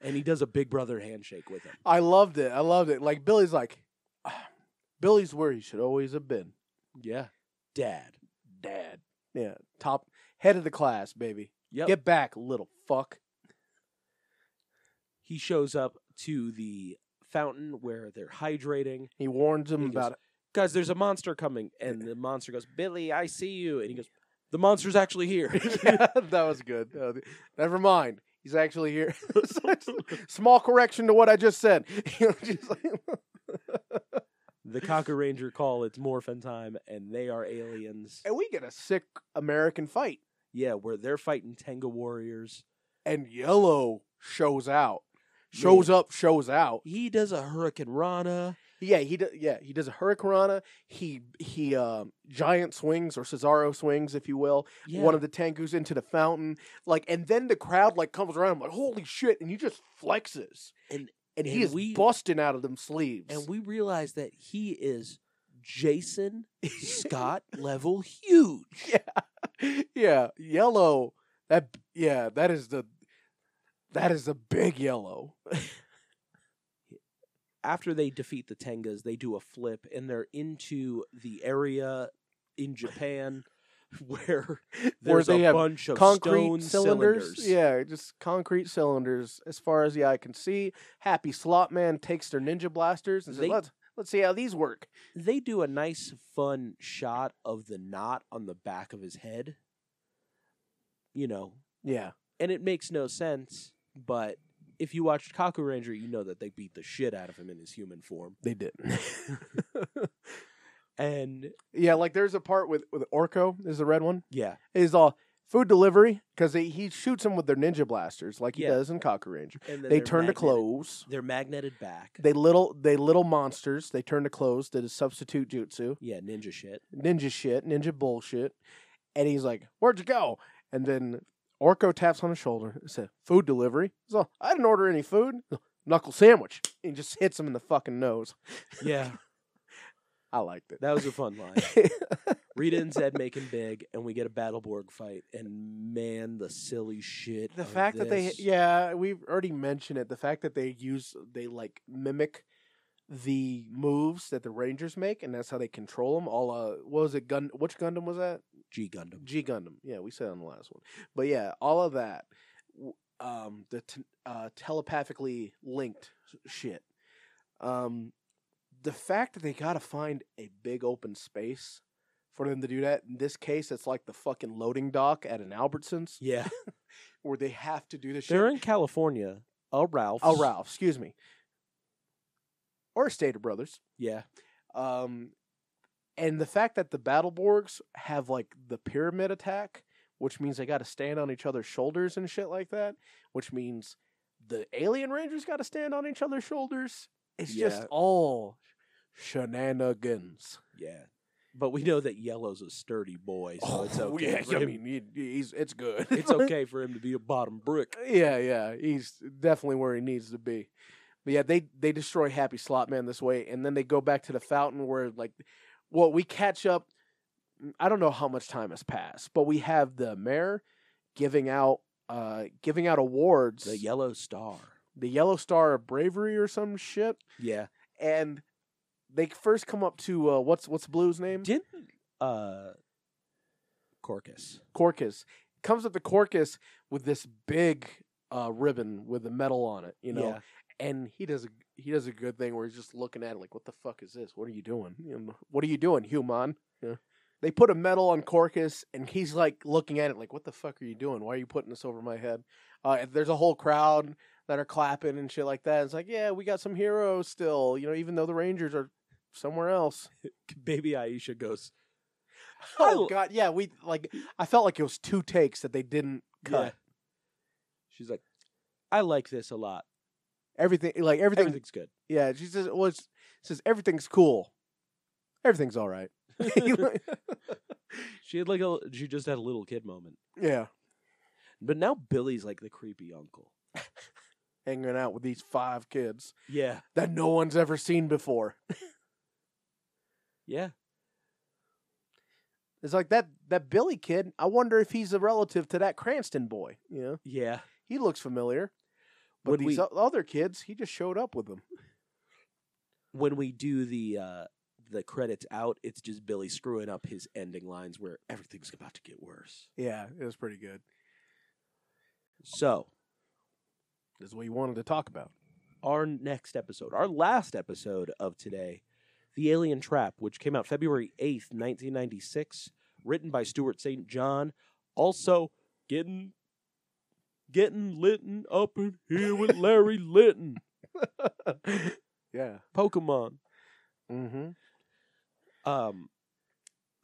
and he does a big brother handshake with him. I loved it. I loved it. Like Billy's like, "Ah, Billy's where he should always have been. Yeah. Dad. Dad. Yeah. Top head of the class, baby. Yep. Get back, little fuck. He shows up to the fountain where they're hydrating. He warns him He goes, about Guys, there's a monster coming. And the monster goes, Billy, I see you. And he goes, The monster's actually here. yeah, that was good. That was- Never mind. He's actually here. Small correction to what I just said. You know, just like- the Cocker Ranger call, it's Morphin time, and they are aliens. and we get a sick American fight, Yeah, where they're fighting Tenga warriors. and Yellow shows out, shows up, shows out. He does a Hurricane Rana. Yeah, he do, yeah he does a hurricanrana. He he um, giant swings or Cesaro swings, if you will, one of the Tengus into the fountain. Like, and then the crowd like comes around like, holy shit! And he just flexes, And- and he and is we- busting out of them sleeves. and we realize that he is Jason Scott level huge. yeah, yellow. That yeah, that is the that is the big yellow. After they defeat the Tengas, they do a flip and they're into the area in Japan where there's they a have bunch of stone concrete cylinders. Yeah, just concrete cylinders. As far as the eye can see, Happy Slot Man takes their ninja blasters and says, They- "Let's let's see how these work." They do a nice, fun shot of the knot on the back of his head. You know, Yeah, and it makes no sense. But if you watched Kaku Ranger, you know that they beat the shit out of him in his human form. they did. And yeah, like there's a part with with Orko is the red one. yeah, Is all food delivery because he, he shoots them with their ninja blasters like he Yeah. does in Cocker Ranger. and then They they're turn to magneted- clothes. They're magneted back. They little they little monsters. They turn to clothes. Did a substitute jutsu. yeah, ninja shit. ninja shit, ninja bullshit. And he's like, Where'd you go? And then Orko taps on his shoulder and said, Food delivery. He's all, I didn't order any food. Knuckle sandwich. And just hits him in the fucking nose. Yeah, I liked it. that was a fun line. Rita and Zed make him big, and we get a Battleborg fight. And man, the silly shit. the of fact that they this. yeah, we've already mentioned it. The fact that they use they like mimic the moves that the Rangers make and that's how they control them. All uh what was it Gun which Gundam was that? G Gundam. G Gundam. Yeah, we said on the last one. But yeah, all of that, w- um, the t- uh, telepathically linked s- shit. Um, the fact that they gotta find a big open space for them to do that. In this case, it's like the fucking loading dock at an Albertsons Yeah, where they have to do this shit. they're in California. Oh, Ralph. oh, Ralph, excuse me. Or Stater Brothers. Yeah, Um, and the fact that the Battleborgs have like the pyramid attack, which means they got to stand on each other's shoulders and shit like that, which means the Alien Rangers got to stand on each other's shoulders. It's just Yeah. all shenanigans. yeah. But we know that Yellow's a sturdy boy, so it's Oh, okay. for Yeah, I him- mean, he- he's it's good. it's okay for him to be a bottom brick. Yeah, yeah, he's definitely where he needs to be. But yeah, they they destroy Happy Slot Man this way, and then they go back to the fountain where like, well, we catch up. mm, I don't know how much time has passed, but we have the mayor giving out uh giving out awards, The Yellow Star. the Yellow Star of Bravery or some shit, Yeah. and they first come up to uh, what's what's Blue's name? Didn't uh Corcus. Corcus comes up to Corcus with this big uh ribbon with a medal on it, you know. Yeah. and he does a he does a good thing where he's just looking at it like, "What the fuck is this? What are you doing? You know, What are you doing, human?" Yeah. They put a medal on Corcus, and he's like looking at it like, "What the fuck are you doing? Why are you putting this over my head?" Uh, and there's a whole crowd that are clapping and shit like that. It's like, yeah, we got some heroes still, you know, even though the Rangers are somewhere else. Baby Aisha goes Oh l- God, yeah, we like. I felt like it was two takes that they didn't cut. Yeah. She's like, I like this a lot. Everything like everything, Everything's good. Yeah, she says, "Well, it's, says everything's cool, everything's all right." She had like a she just had a little kid moment. yeah, But now Billy's like the creepy uncle. hanging out with these five kids Yeah. that no one's ever seen before. Yeah. It's like that that Billy kid. I wonder if he's a relative to that Cranston boy. You know, Yeah. he looks familiar, but When these we- o- other kids, he just showed up with them. When we do the uh the credits out, it's just Billy screwing up his ending lines where everything's about to get worse. Yeah, it was pretty good. So This is what you wanted to talk about. our next episode, our last episode of today, The Alien Trap, which came out February 8th, 1996, written by Stuart St. John, also getting getting Litton up in here with Larry Litton, yeah. Pokemon. Mm-hmm. Um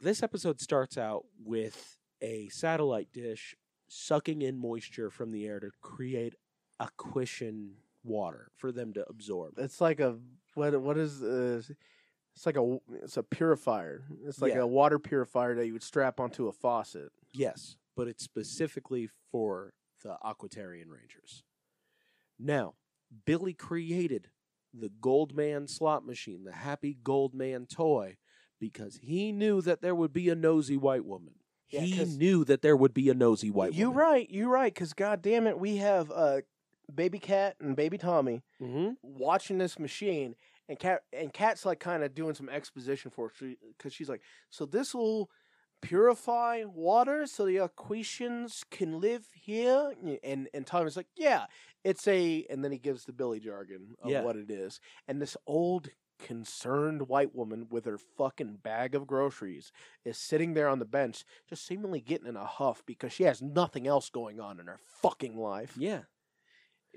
this episode starts out with a satellite dish sucking in moisture from the air to create a cushion water for them to absorb. It's like a what? What is? Uh, it's like a it's a purifier. It's like Yeah. a water purifier that you would strap onto a faucet. Yes, but it's specifically for the Aquatarian Rangers. Now, Billy created the Goldman slot machine, the Happy Goldman toy, because he knew that there would be a nosy white woman. Yeah, he 'cause- knew that there would be a nosy white you woman. right. You right. Because God damn it, we have uh, baby cat and baby Tommy Mm-hmm. watching this machine, and cat and cat's like kind of doing some exposition for us because she's like, so this will purify water so the Aquitians can live here, and and Tommy's like, yeah, it's a, and then he gives the Billy jargon of Yeah. what it is, and this old. Concerned white woman with her fucking bag of groceries is sitting there on the bench, just seemingly getting in a huff because she has nothing else going on in her fucking life Yeah.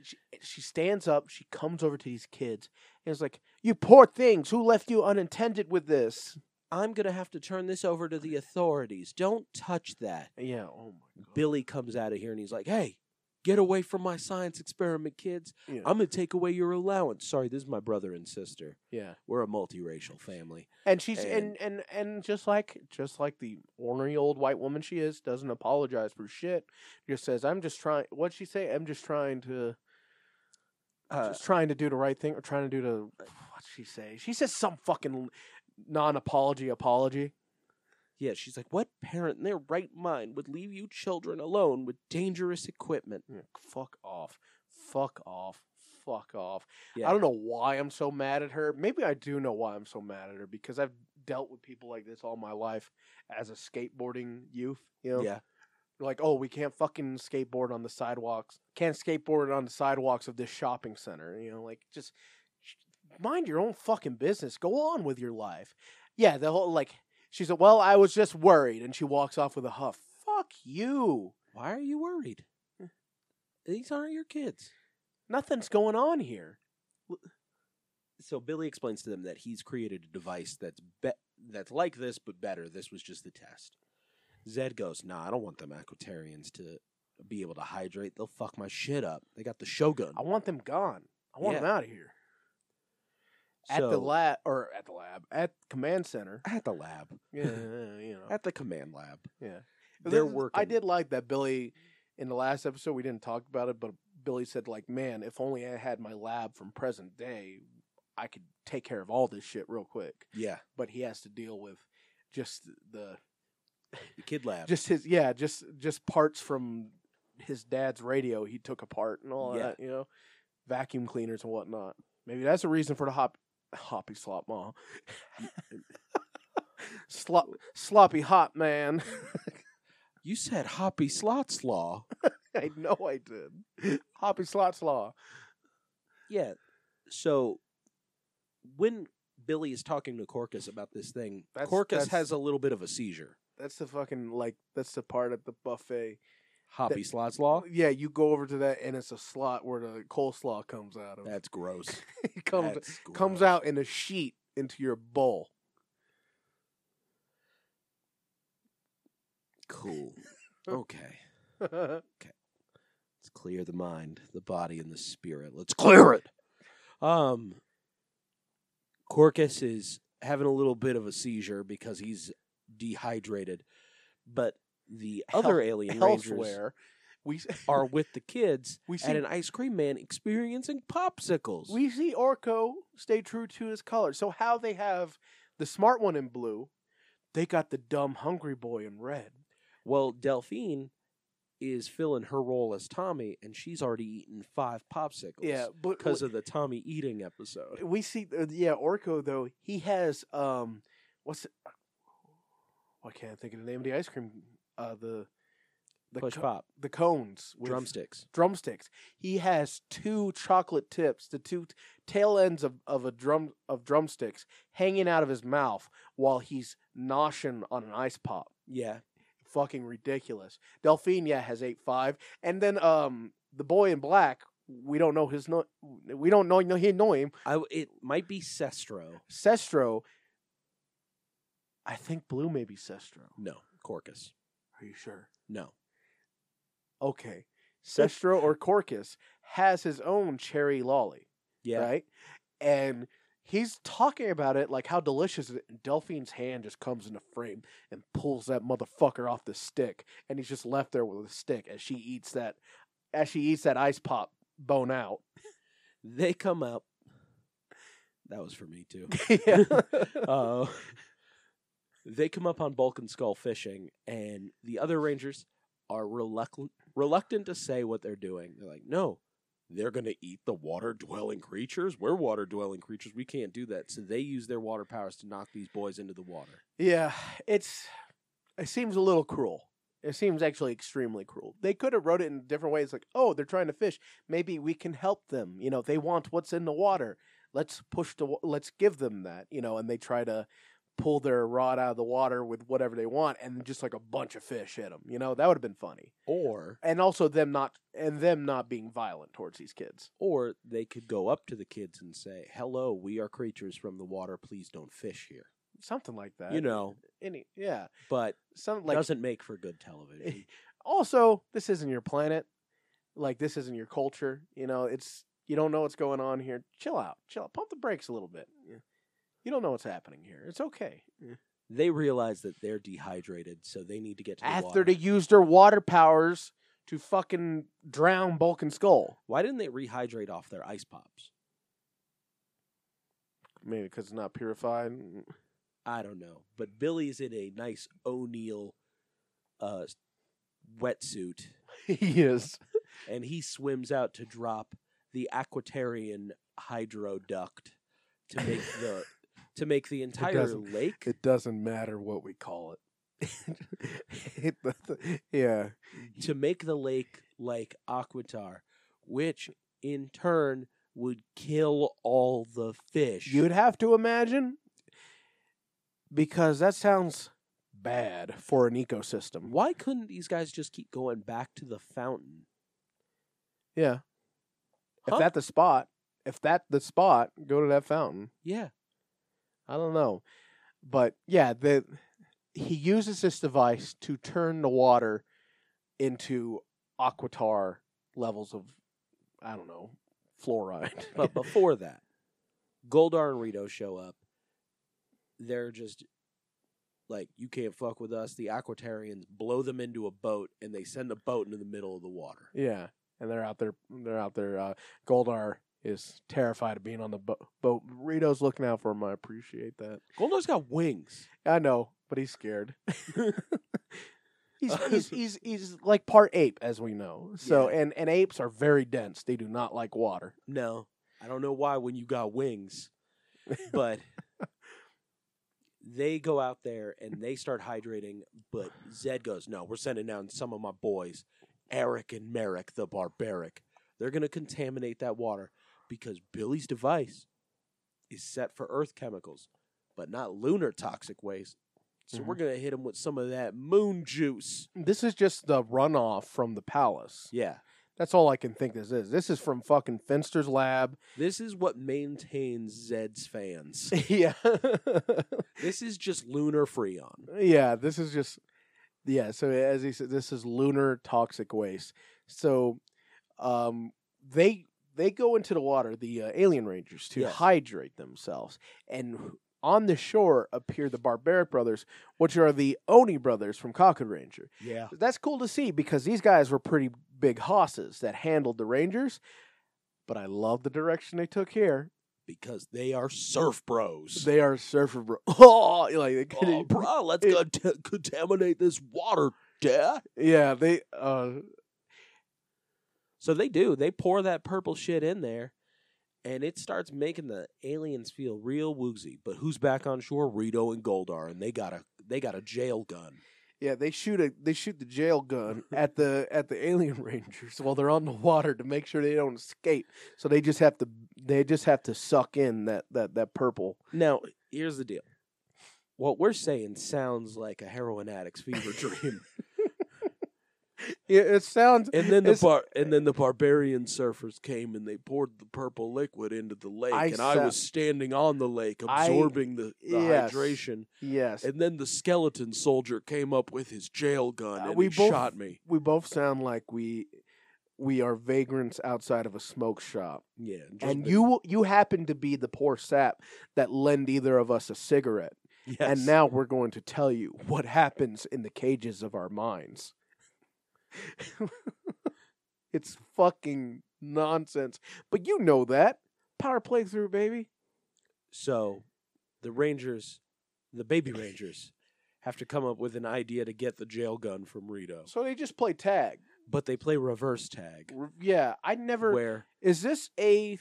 she, she stands up, she comes over to these kids, and is like, You poor things, who left you unintended with this? I'm going to have to turn this over to the authorities. Don't touch that. Yeah, oh my god. Billy comes out of here and he's like, hey, get away from my science experiment, kids. Yeah. I'm going to take away your allowance. Sorry, this is my brother and sister. yeah. We're a multiracial family. And she's And- and, and and just like just like the ornery old white woman she is, doesn't apologize for shit. Just says, I'm just trying what'd she say? I'm just trying to Uh, just trying to do the right thing or trying to do the what'd she say? She says some fucking non apology apology. yeah, she's like, what parent in their right mind would leave you children alone with dangerous equipment? Yeah, Fuck off. Fuck off. Fuck off. Yeah. I don't know why I'm so mad at her. Maybe I do know why I'm so mad at her because I've dealt with people like this all my life as a skateboarding youth. You know, Yeah. like, oh, we can't fucking skateboard on the sidewalks. Can't skateboard on the sidewalks of this shopping center. You know, like just sh- mind your own fucking business. Go on with your life. Yeah, the whole like she said, well, I was just worried, and she walks off with a huff. Fuck you. Why are you worried? These aren't your kids. Nothing's going on here. So Billy explains to them that he's created a device that's be- that's like this but better. This was just the test. Zed goes, "Nah, I don't want them Aquatarians to be able to hydrate. They'll fuck my shit up. They got the Shogun." I want them gone. I want them out of here. at the So- lab or at the lab at command center. at the lab, Yeah, you know. at the command lab. Yeah. they're This is- working. I did like that Billy in the last episode. We didn't talk about it, but Billy said like, "Man, if only I had my lab from present day, I could take care of all this shit real quick." Yeah, But he has to deal with just the the kid lab. just his yeah just just parts from his dad's radio he took apart and all Yeah. that you know vacuum cleaners and whatnot maybe that's a reason for the hop hoppy slop mall slop sloppy hop man you said Hoppy Slots Law. i know i did hoppy slots law Yeah. So when Billy is talking to Corcus about this thing, That's- Corcus that's- has a little bit of a seizure. that's the fucking like that's the part at the buffet Hoppy Slots Law. yeah you go over to that and it's a slot where the coleslaw comes out of That's gross. it comes That's comes gross. out in a sheet into your bowl Cool. Okay. Let's clear the mind, the body, and the spirit. Let's clear it. Um, Corcus is having a little bit of a seizure because he's dehydrated, but the other Hel- alien rangers elsewhere. We are with the kids we at see an ice cream man experiencing popsicles. we see Orko stay true to his color. So how they have the smart one in blue, they got the dumb hungry boy in red. well, Delphine is filling her role as Tommy, and she's already eaten five popsicles. Yeah, but Because of the Tommy eating episode. we see uh, yeah Orko though he has um what's it? Why can't I think of the name of the ice cream? Uh, the the Push co- pop, the cones with drumsticks. drumsticks. He has two chocolate tips, the two t- tail ends of, of a drum of drumsticks hanging out of his mouth while he's noshing on an ice pop. Yeah. Fucking ridiculous. Delphine, yeah, has eight five, and then um the boy in black. We don't know his no. We don't know no he know him. I, it might be Sestro. Sestro. I think blue may be Sestro. No, Corcus. Are you sure? No. Okay. Sestro or Corcus has his own cherry lolly, Yeah. right? And he's talking about it like how delicious it. And Delphine's hand just comes into frame and pulls that motherfucker off the stick, and he's just left there with a stick as she eats that, as she eats that ice pop bone out. They come up. That was for me too. yeah. uh, they come up on Bulk and Skull fishing, and the other Rangers are reluctant reluctant to say what they're doing. They're like, no, they're going to eat the water dwelling creatures. We're water dwelling creatures. We can't do that. So they use their water powers to knock these boys into the water. Yeah, it's it seems a little cruel. It seems actually extremely cruel. They could have wrote it in different ways, like, "Oh, they're trying to fish. Maybe we can help them. You know, they want what's in the water. Let's push the. wa- Let's give them that. You know." And they try to pull their rod out of the water with whatever they want, and just like a bunch of fish hit them. You know, that would have been funny. Or And also them not and them not being violent towards these kids. or they could go up to the kids and say, "Hello, we are creatures from the water. Please don't fish here." Something like that. You know, any yeah, but something Uh, like doesn't make for good television. also this isn't your planet like this isn't your culture you know it's you don't know what's going on here chill out chill out pump the brakes a little bit Yeah. you don't know what's happening here it's okay they realize that they're dehydrated, so they need to get to the after water. they used their water powers to fucking drown bulk and skull Why didn't they rehydrate off their ice pops? maybe because it's not purified I don't know. But Billy's in a nice O'Neill uh, wetsuit, yes and he swims out to drop the Aquatarian hydro duct to make the to make the entire doesn't- lake. it doesn't matter what we call it, It doesn't- yeah to make the lake like Aquatar, which in turn would kill all the fish. You'd have to imagine because that sounds bad for an ecosystem. Why couldn't these guys just keep going back to the fountain? Yeah. Huh? If that the spot, if that the spot, go to that fountain. Yeah. I don't know. But yeah, the he uses this device to turn the water into aquatar levels of I don't know, fluoride. But before that, Goldar and Rito show up. They're just like, you can't fuck with us. The Aquatarians blow them into a boat and they send a boat into the middle of the water. Yeah, and they're out there. They're out there. Uh, Goldar is terrified of being on the bo- boat. Rito's looking out for him. I appreciate that. Goldar's got wings. I know, but he's scared. he's, he's he's he's like part ape, as we know. So, Yeah. and and apes are very dense. They do not like water. No, I don't know why when you got wings, but they go out there and they start hydrating. But Zed goes, No, we're sending down some of my boys, Eric and Merrick the Barbaric. They're going to contaminate that water because Billy's device is set for earth chemicals, but not lunar toxic waste. So we're going to hit them with some of that moon juice. This is just the runoff from the palace. Yeah. That's all I can think. This is this is from fucking Finster's lab. This is what maintains Zed's fans. yeah. this is just lunar freon. Yeah, this is just yeah. So as he said, this is lunar toxic waste. So, um, they they go into the water, the uh, alien rangers, to Yes. hydrate themselves, and on the shore appear the barbaric brothers, which are the Oni brothers from Cockwood Ranger. Yeah. That's cool to see because these guys were pretty big hosses that handled the rangers. But I love the direction they took here. because they are surf bros. They are surfer bro. Oh, like they couldn't- oh, bro, let's go t- contaminate this water, dad. yeah, they uh, So they do. They pour that purple shit in there, and it starts making the aliens feel real woozy. But who's back on shore? Rito and Goldar, and they got a they got a jail gun. Yeah, they shoot a they shoot the jail gun at the at the alien rangers while they're on the water to make sure they don't escape. So they just have to they just have to suck in that that that purple. Now, here's the deal. What we're saying sounds like a heroin addict's fever dream, It, it sounds and then the It's- bar- and then the barbarian surfers came and they poured the purple liquid into the lake, I and I sa- was standing on the lake I- absorbing the, the Yes. hydration, yes. And then the skeleton soldier came up with his jail gun Uh, and we he both- shot me. we both sound like we we are vagrants outside of a smoke shop, Yeah, and you you happen to be the poor sap that lend either of us a cigarette, and now we're going to tell you what happens in the cages of our minds. it's fucking nonsense, but you know that power playthrough, baby. so the Rangers, the baby Rangers, have to come up with an idea to get the jail gun from Rito, So they just play tag. but they play reverse tag. R- Yeah, I never. Where Is this a?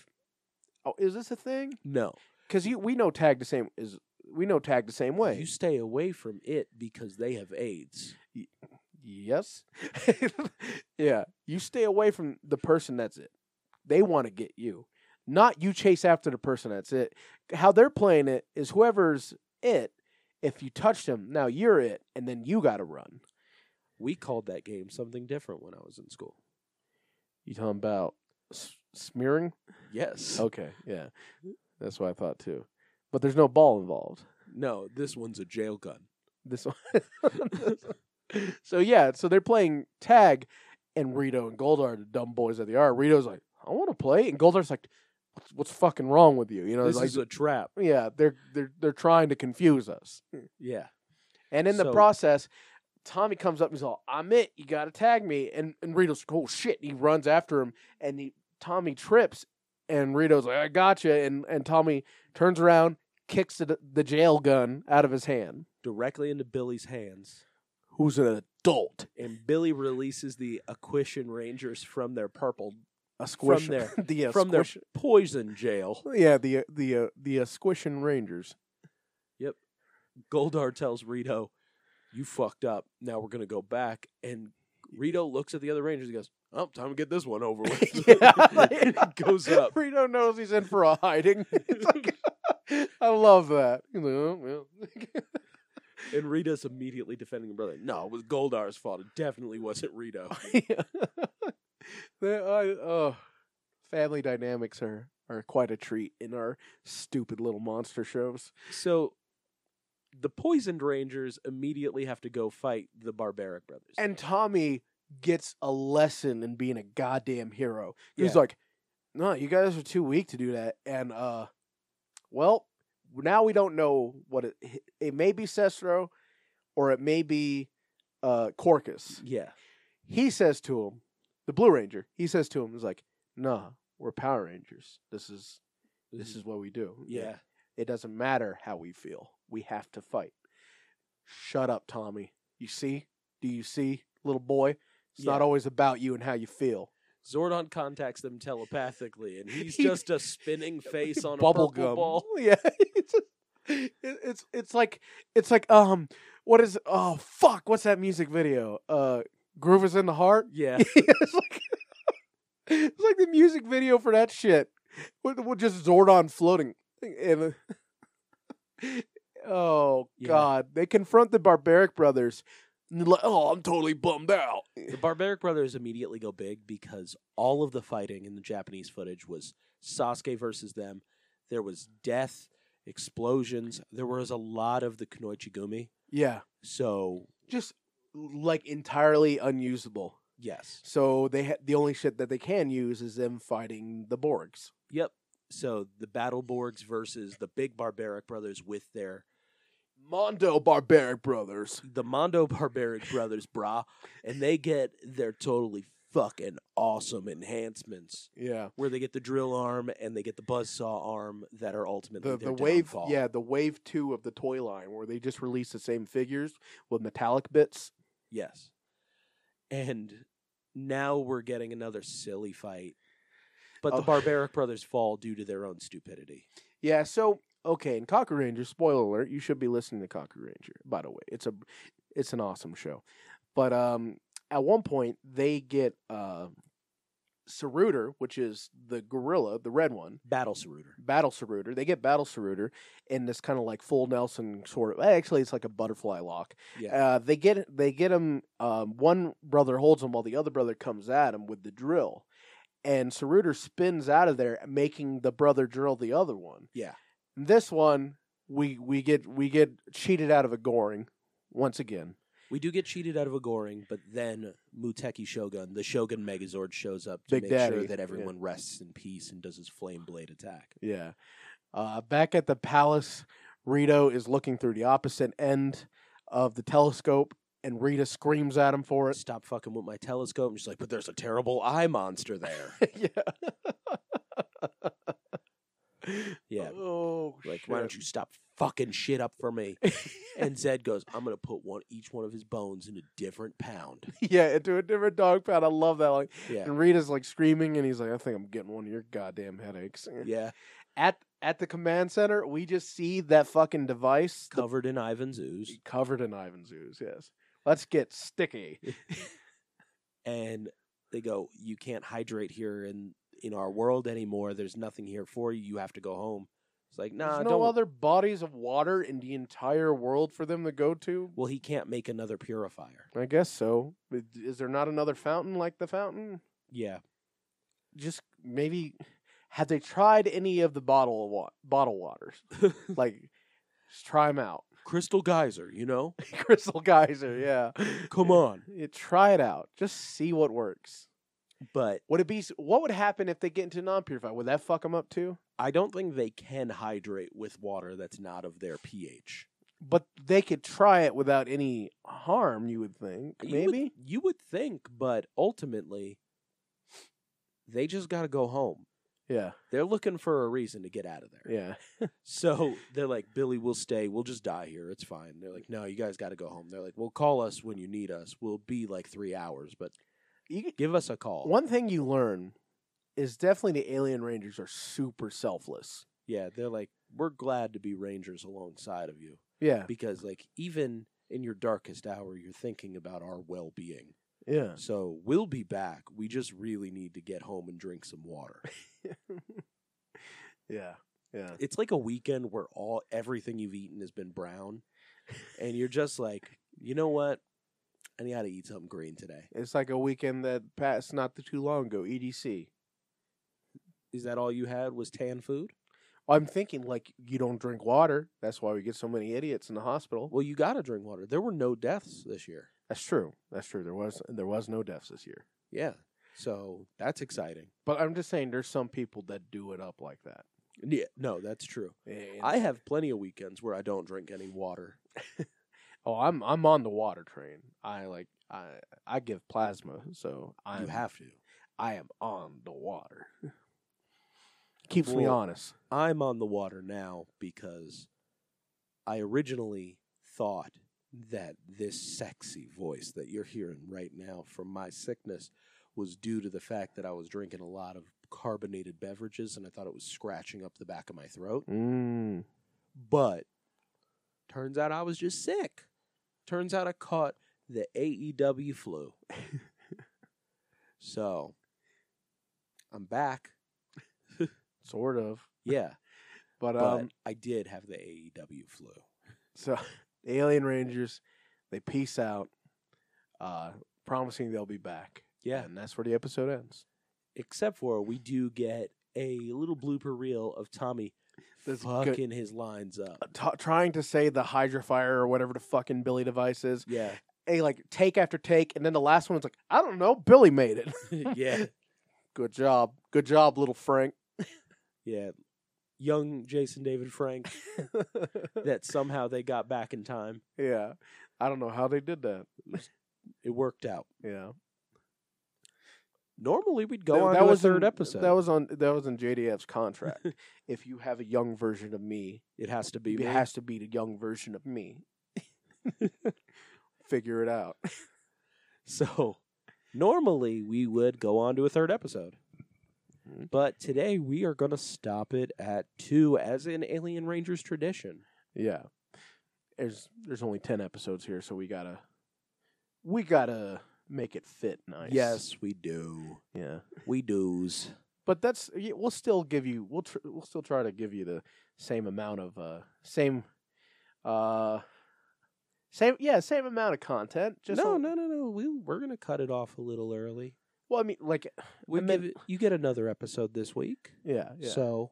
Oh, is this a thing? no, Because you we know tag the same is we know tag the same way. you stay away from it because they have AIDS. yes. yeah, you stay away from the person that's it. They want to get you, not you chase after the person that's it. How they're playing it is whoever's it. If you touch them, now you're it, and then you got to run. We called that game something different when I was in school. You talking about s- smearing? Yes. Okay, yeah, that's what I thought too. But there's no ball involved. No, this one's a jail gun. This one. so yeah, so they're playing tag, and Rito and Goldar, the dumb boys that they are, Rito's like, I want to play, and Goldar's like, what's, what's fucking wrong with you? You know, This like, is a trap. yeah, they're they're they're trying to confuse us, Yeah. and in the So- process. Tommy comes up and he's all, I'm it, you gotta tag me. And and Rito's like, oh shit. And he runs after him and he Tommy trips and Rito's like, I gotcha. And and Tommy turns around, kicks the, the jail gun out of his hand. Directly into Billy's hands. Who's an adult? And Billy releases the Aquitian Rangers from their purple a from squish their- the uh, from their squish, poison jail. yeah the uh, the uh, the uh, squishing rangers Goldar tells Rito, "You fucked up. Now we're gonna go back." And Rito looks at the other Rangers and goes, "Oh, time to get this one over with." And goes up. Rito knows he's in for a hiding It's like- I love that He's like, "Oh, well." And Rita's immediately defending her brother. No, it was Goldar's fault. It definitely wasn't Rito. They- I- oh. family dynamics are are quite a treat in our stupid little monster shows So the poisoned Rangers immediately have to go fight the barbaric brothers. and Tommy gets a lesson in being a goddamn hero he's Yeah. like no you guys are too weak to do that and uh well now we don't know what it it may be Cestro or it may be uh Corcus yeah. he says to him the blue ranger he says to him he's like nah we're power rangers this is this is what we do Mm-hmm. yeah. it doesn't matter how we feel we have to fight shut up tommy you see do you see little boy it's not Yeah. always about you and how you feel Zordon contacts them telepathically, and he's He- just a spinning face on bubble a purple gum. ball. Yeah, it's, it- it's it's like it's like um, what is oh fuck, what's that music video? Uh, Groove is in the heart. Yeah, it's like it's like the music video for that shit. With, with just Zordon floating and. uh, Oh Yeah. God! They confront the barbaric brothers. And they're like, oh, I'm totally bummed out. the Barbaric Brothers immediately go big because all of the fighting in the Japanese footage was Sasuke versus them. There was death, explosions. There was a lot of the Kunoichi Gumi. Yeah, So just like entirely unusable. yes, So they ha- the only shit that they can use is them fighting the Borgs. yep. So the Battleborgs versus the big Barbaric Brothers with their Mondo barbaric brothers. the Mondo Barbaric Brothers bra, and they get their totally fucking awesome enhancements. Yeah. where they get the drill arm and they get the buzzsaw arm that are ultimately The their the wave downfall. yeah, the wave 2 of the toy line where they just release the same figures with metallic bits. Yes. And now we're getting another silly fight. But Oh. the Barbaric Brothers fall due to their own stupidity. Yeah, so okay, and Cocker Ranger, spoiler alert, you should be listening to Cocker Ranger, by the way. It's a it's an awesome show. But um at one point they get uh Saruder, which is the gorilla, the red one, Battle Saruder. Battle Saruder. They get Battle Saruder in this kind of like full Nelson sort of. Actually, it's like a butterfly lock. Yeah. Uh, they get they get him. Um, one brother holds him while the other brother comes at him with the drill, and Saruder spins out of there, making the brother drill the other one. Yeah. And this one we we get we get cheated out of a goring once again. We do get cheated out of a Goring, but then Muteki Shogun, the Shogun Megazord, shows up to Big make Daddy, sure that yeah. everyone rests in peace and does his flame blade attack. Yeah. Uh, back at the palace, Rito is looking through the opposite end of the telescope, and Rita screams at him for it. Stop fucking with my telescope. And she's like, but there's a terrible eye monster there. yeah. yeah. Oh, Like, why don't you stop fucking shit up for me? And Zed goes, I'm going to put one each one of his bones in a different pound. yeah, into a different dog pound. I love that. Like, Yeah. and Rita's like screaming, and he's like, "I think I'm getting one of your goddamn headaches." Yeah. At at the command center, we just see that fucking device the- Covered in Ivan's ooze. covered in Ivan's ooze. Yes, let's get sticky. and they go, "You can't hydrate here in in our world anymore. There's nothing here for you. You have to go home." It's like, "Nah, There's don't." no other bodies of water in the entire world for them to go to. Well, he can't make another purifier. I guess so. But Is there not another fountain like the fountain? Yeah, Just maybe. Have they tried any of the bottle of wa- bottle waters? like, just try them out. crystal geyser. You know, Crystal Geyser, yeah. come on. Yeah, try it out. Just see what works. But Would it be? s- What would happen if they get into non-purified? Would that fuck them up too? I don't think they can hydrate with water that's not of their pH. But they could try it without any harm. You would think, you would- maybe. you would, think, but ultimately, they just got to go home. Yeah, They're looking for a reason to get out of there. yeah. So they're like, Billy, we'll stay. We'll just die here. It's fine. They're like, no, you guys got to go home. They're like, well, call us when you need us. We'll be like three hours, but You, get- give us a call. one thing you learn is definitely the alien rangers are super selfless. Yeah, they're like, we're glad to be Rangers alongside of you Yeah, because, like, even in your darkest hour, you're thinking about our well being. yeah. So we'll be back. We just really need to get home and drink some water. Yeah, yeah. It's like a weekend where all everything you've eaten has been brown, and you're just like, you know what? I gotta eat something green today. It's like a weekend that passed not too long ago. E EDC. is that all you had was tan food? I'm thinking like you don't drink water. That's why we get so many idiots in the hospital. Well, you got to drink water. There were no deaths this year. That's true. That's true. There was there was no deaths this year. Yeah. So that's exciting. But I'm just saying there's some people that do it up like that. Yeah, no, that's true. And- I have plenty of weekends where I don't drink any water. oh, I'm I'm on the water train. I like I I give plasma, so I You have to. I am on the water. Keeps me Well- honest. I'm on the water now because I originally thought that this sexy voice that you're hearing right now from my sickness was due to the fact that I was drinking a lot of carbonated beverages and I thought it was scratching up the back of my throat. Mm. But turns out I was just sick. Turns out I caught the AEW flu. so I'm back. Sort of. Yeah. But But um I did have the AEW flu. so the Alien Rangers, they peace out, uh promising they'll be back. Yeah. And that's where the episode ends. Except for we do get a little blooper reel of Tommy That's good. fucking his lines up. T- Uh, trying to say the hydrofire or whatever the fucking Billy device is. Yeah. a like take after take, and then the last one was like, I don't know, Billy made it. yeah. Good job, good job, little Frank. Yeah. Young Jason David Frank that somehow they got back in time. yeah, I don't know how they did that. It worked out. Yeah, Normally we'd go Th- on that to was a third in- episode. That was on that was in JDF's contract. if you have a young version of me, It has to be. it me. has to be the young version of me. Figure it out. so normally we would go on to a third episode. Mhm. But today we are going to stop it at two, as in Alien Rangers tradition. Yeah, there's there's only ten episodes here, so we gotta we gotta make it fit nice. we do. Yeah. We do's. but that's y- we'll still give you we'll tr- we'll still try to give you the same amount of uh same uh same yeah same amount of content just no, on- no, no, no. We we're going to cut it off a little early. well i mean like We I meant- give it, you get another episode this week, yeah, yeah. so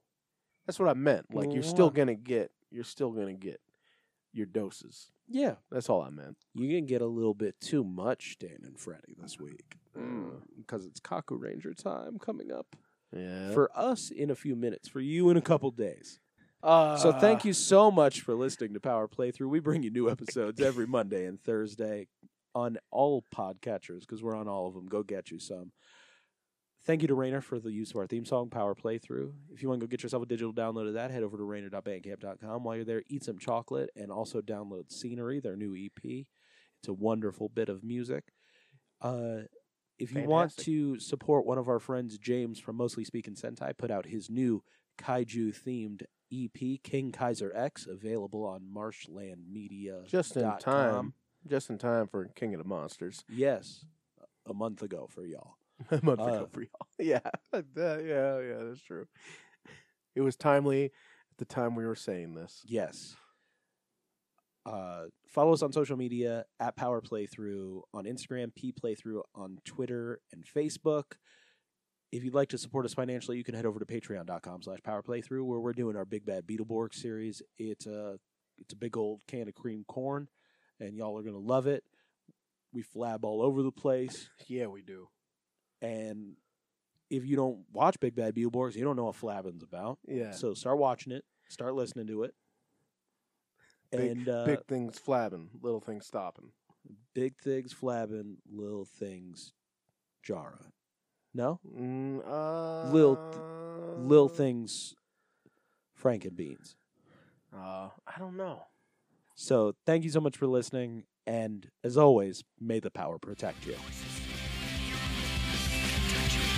that's what i meant like you're still Yeah. gonna get you're still gonna get your doses Yeah, That's all I meant. you can get a little bit too much Dan and Freddy this week Mm. because it's Kaku Ranger time coming up Yeah. for us in a few minutes, for you in a couple days. uh, So thank you so much for listening to Power Playthrough. We bring you new episodes every Monday and Thursday on all podcatchers because we're on all of them. Go get you some. Thank you to Rainer for the use of our theme song, Power Playthrough. If you want to go get yourself a digital download of that, head over to rainer.bandcamp.com. While you're there, eat some chocolate and also download Scenery, their new EP. It's a wonderful bit of music. Uh, if you want Fantastic. to support one of our friends, James from Mostly Speaking Sentai, put out his new kaiju themed EP, E King Kaiser X, available on marshlandmedia.com. Just in time. Just in time for King of the Monsters. Yes, a month ago for y'all. A month Uh, ago for y'all. Yeah. That- yeah, yeah, that's true. It was timely at the time we were saying this. Yes. Uh, follow us on social media at Power Playthrough on Instagram, P Playthrough on Twitter and Facebook. If you'd like to support us financially, you can head over to patreon.com slash power playthrough where we're doing our Big Bad Beetleborg series. It's a, it's a big old can of cream corn, and y'all are going to love it. We flab all over the place. Yeah, we do. And if you don't watch Big Bad Beetleborgs, you don't know what flabbing's about. Yeah. So start watching it, start listening to it. Big- and uh, Big things flabbing, little things stopping. big things flabbing, little things Jara. No? Mm, uh, Lil Little things Frank and Beans. Uh, I don't know. So thank you so much for listening. And as always, may the power protect you. Protect you.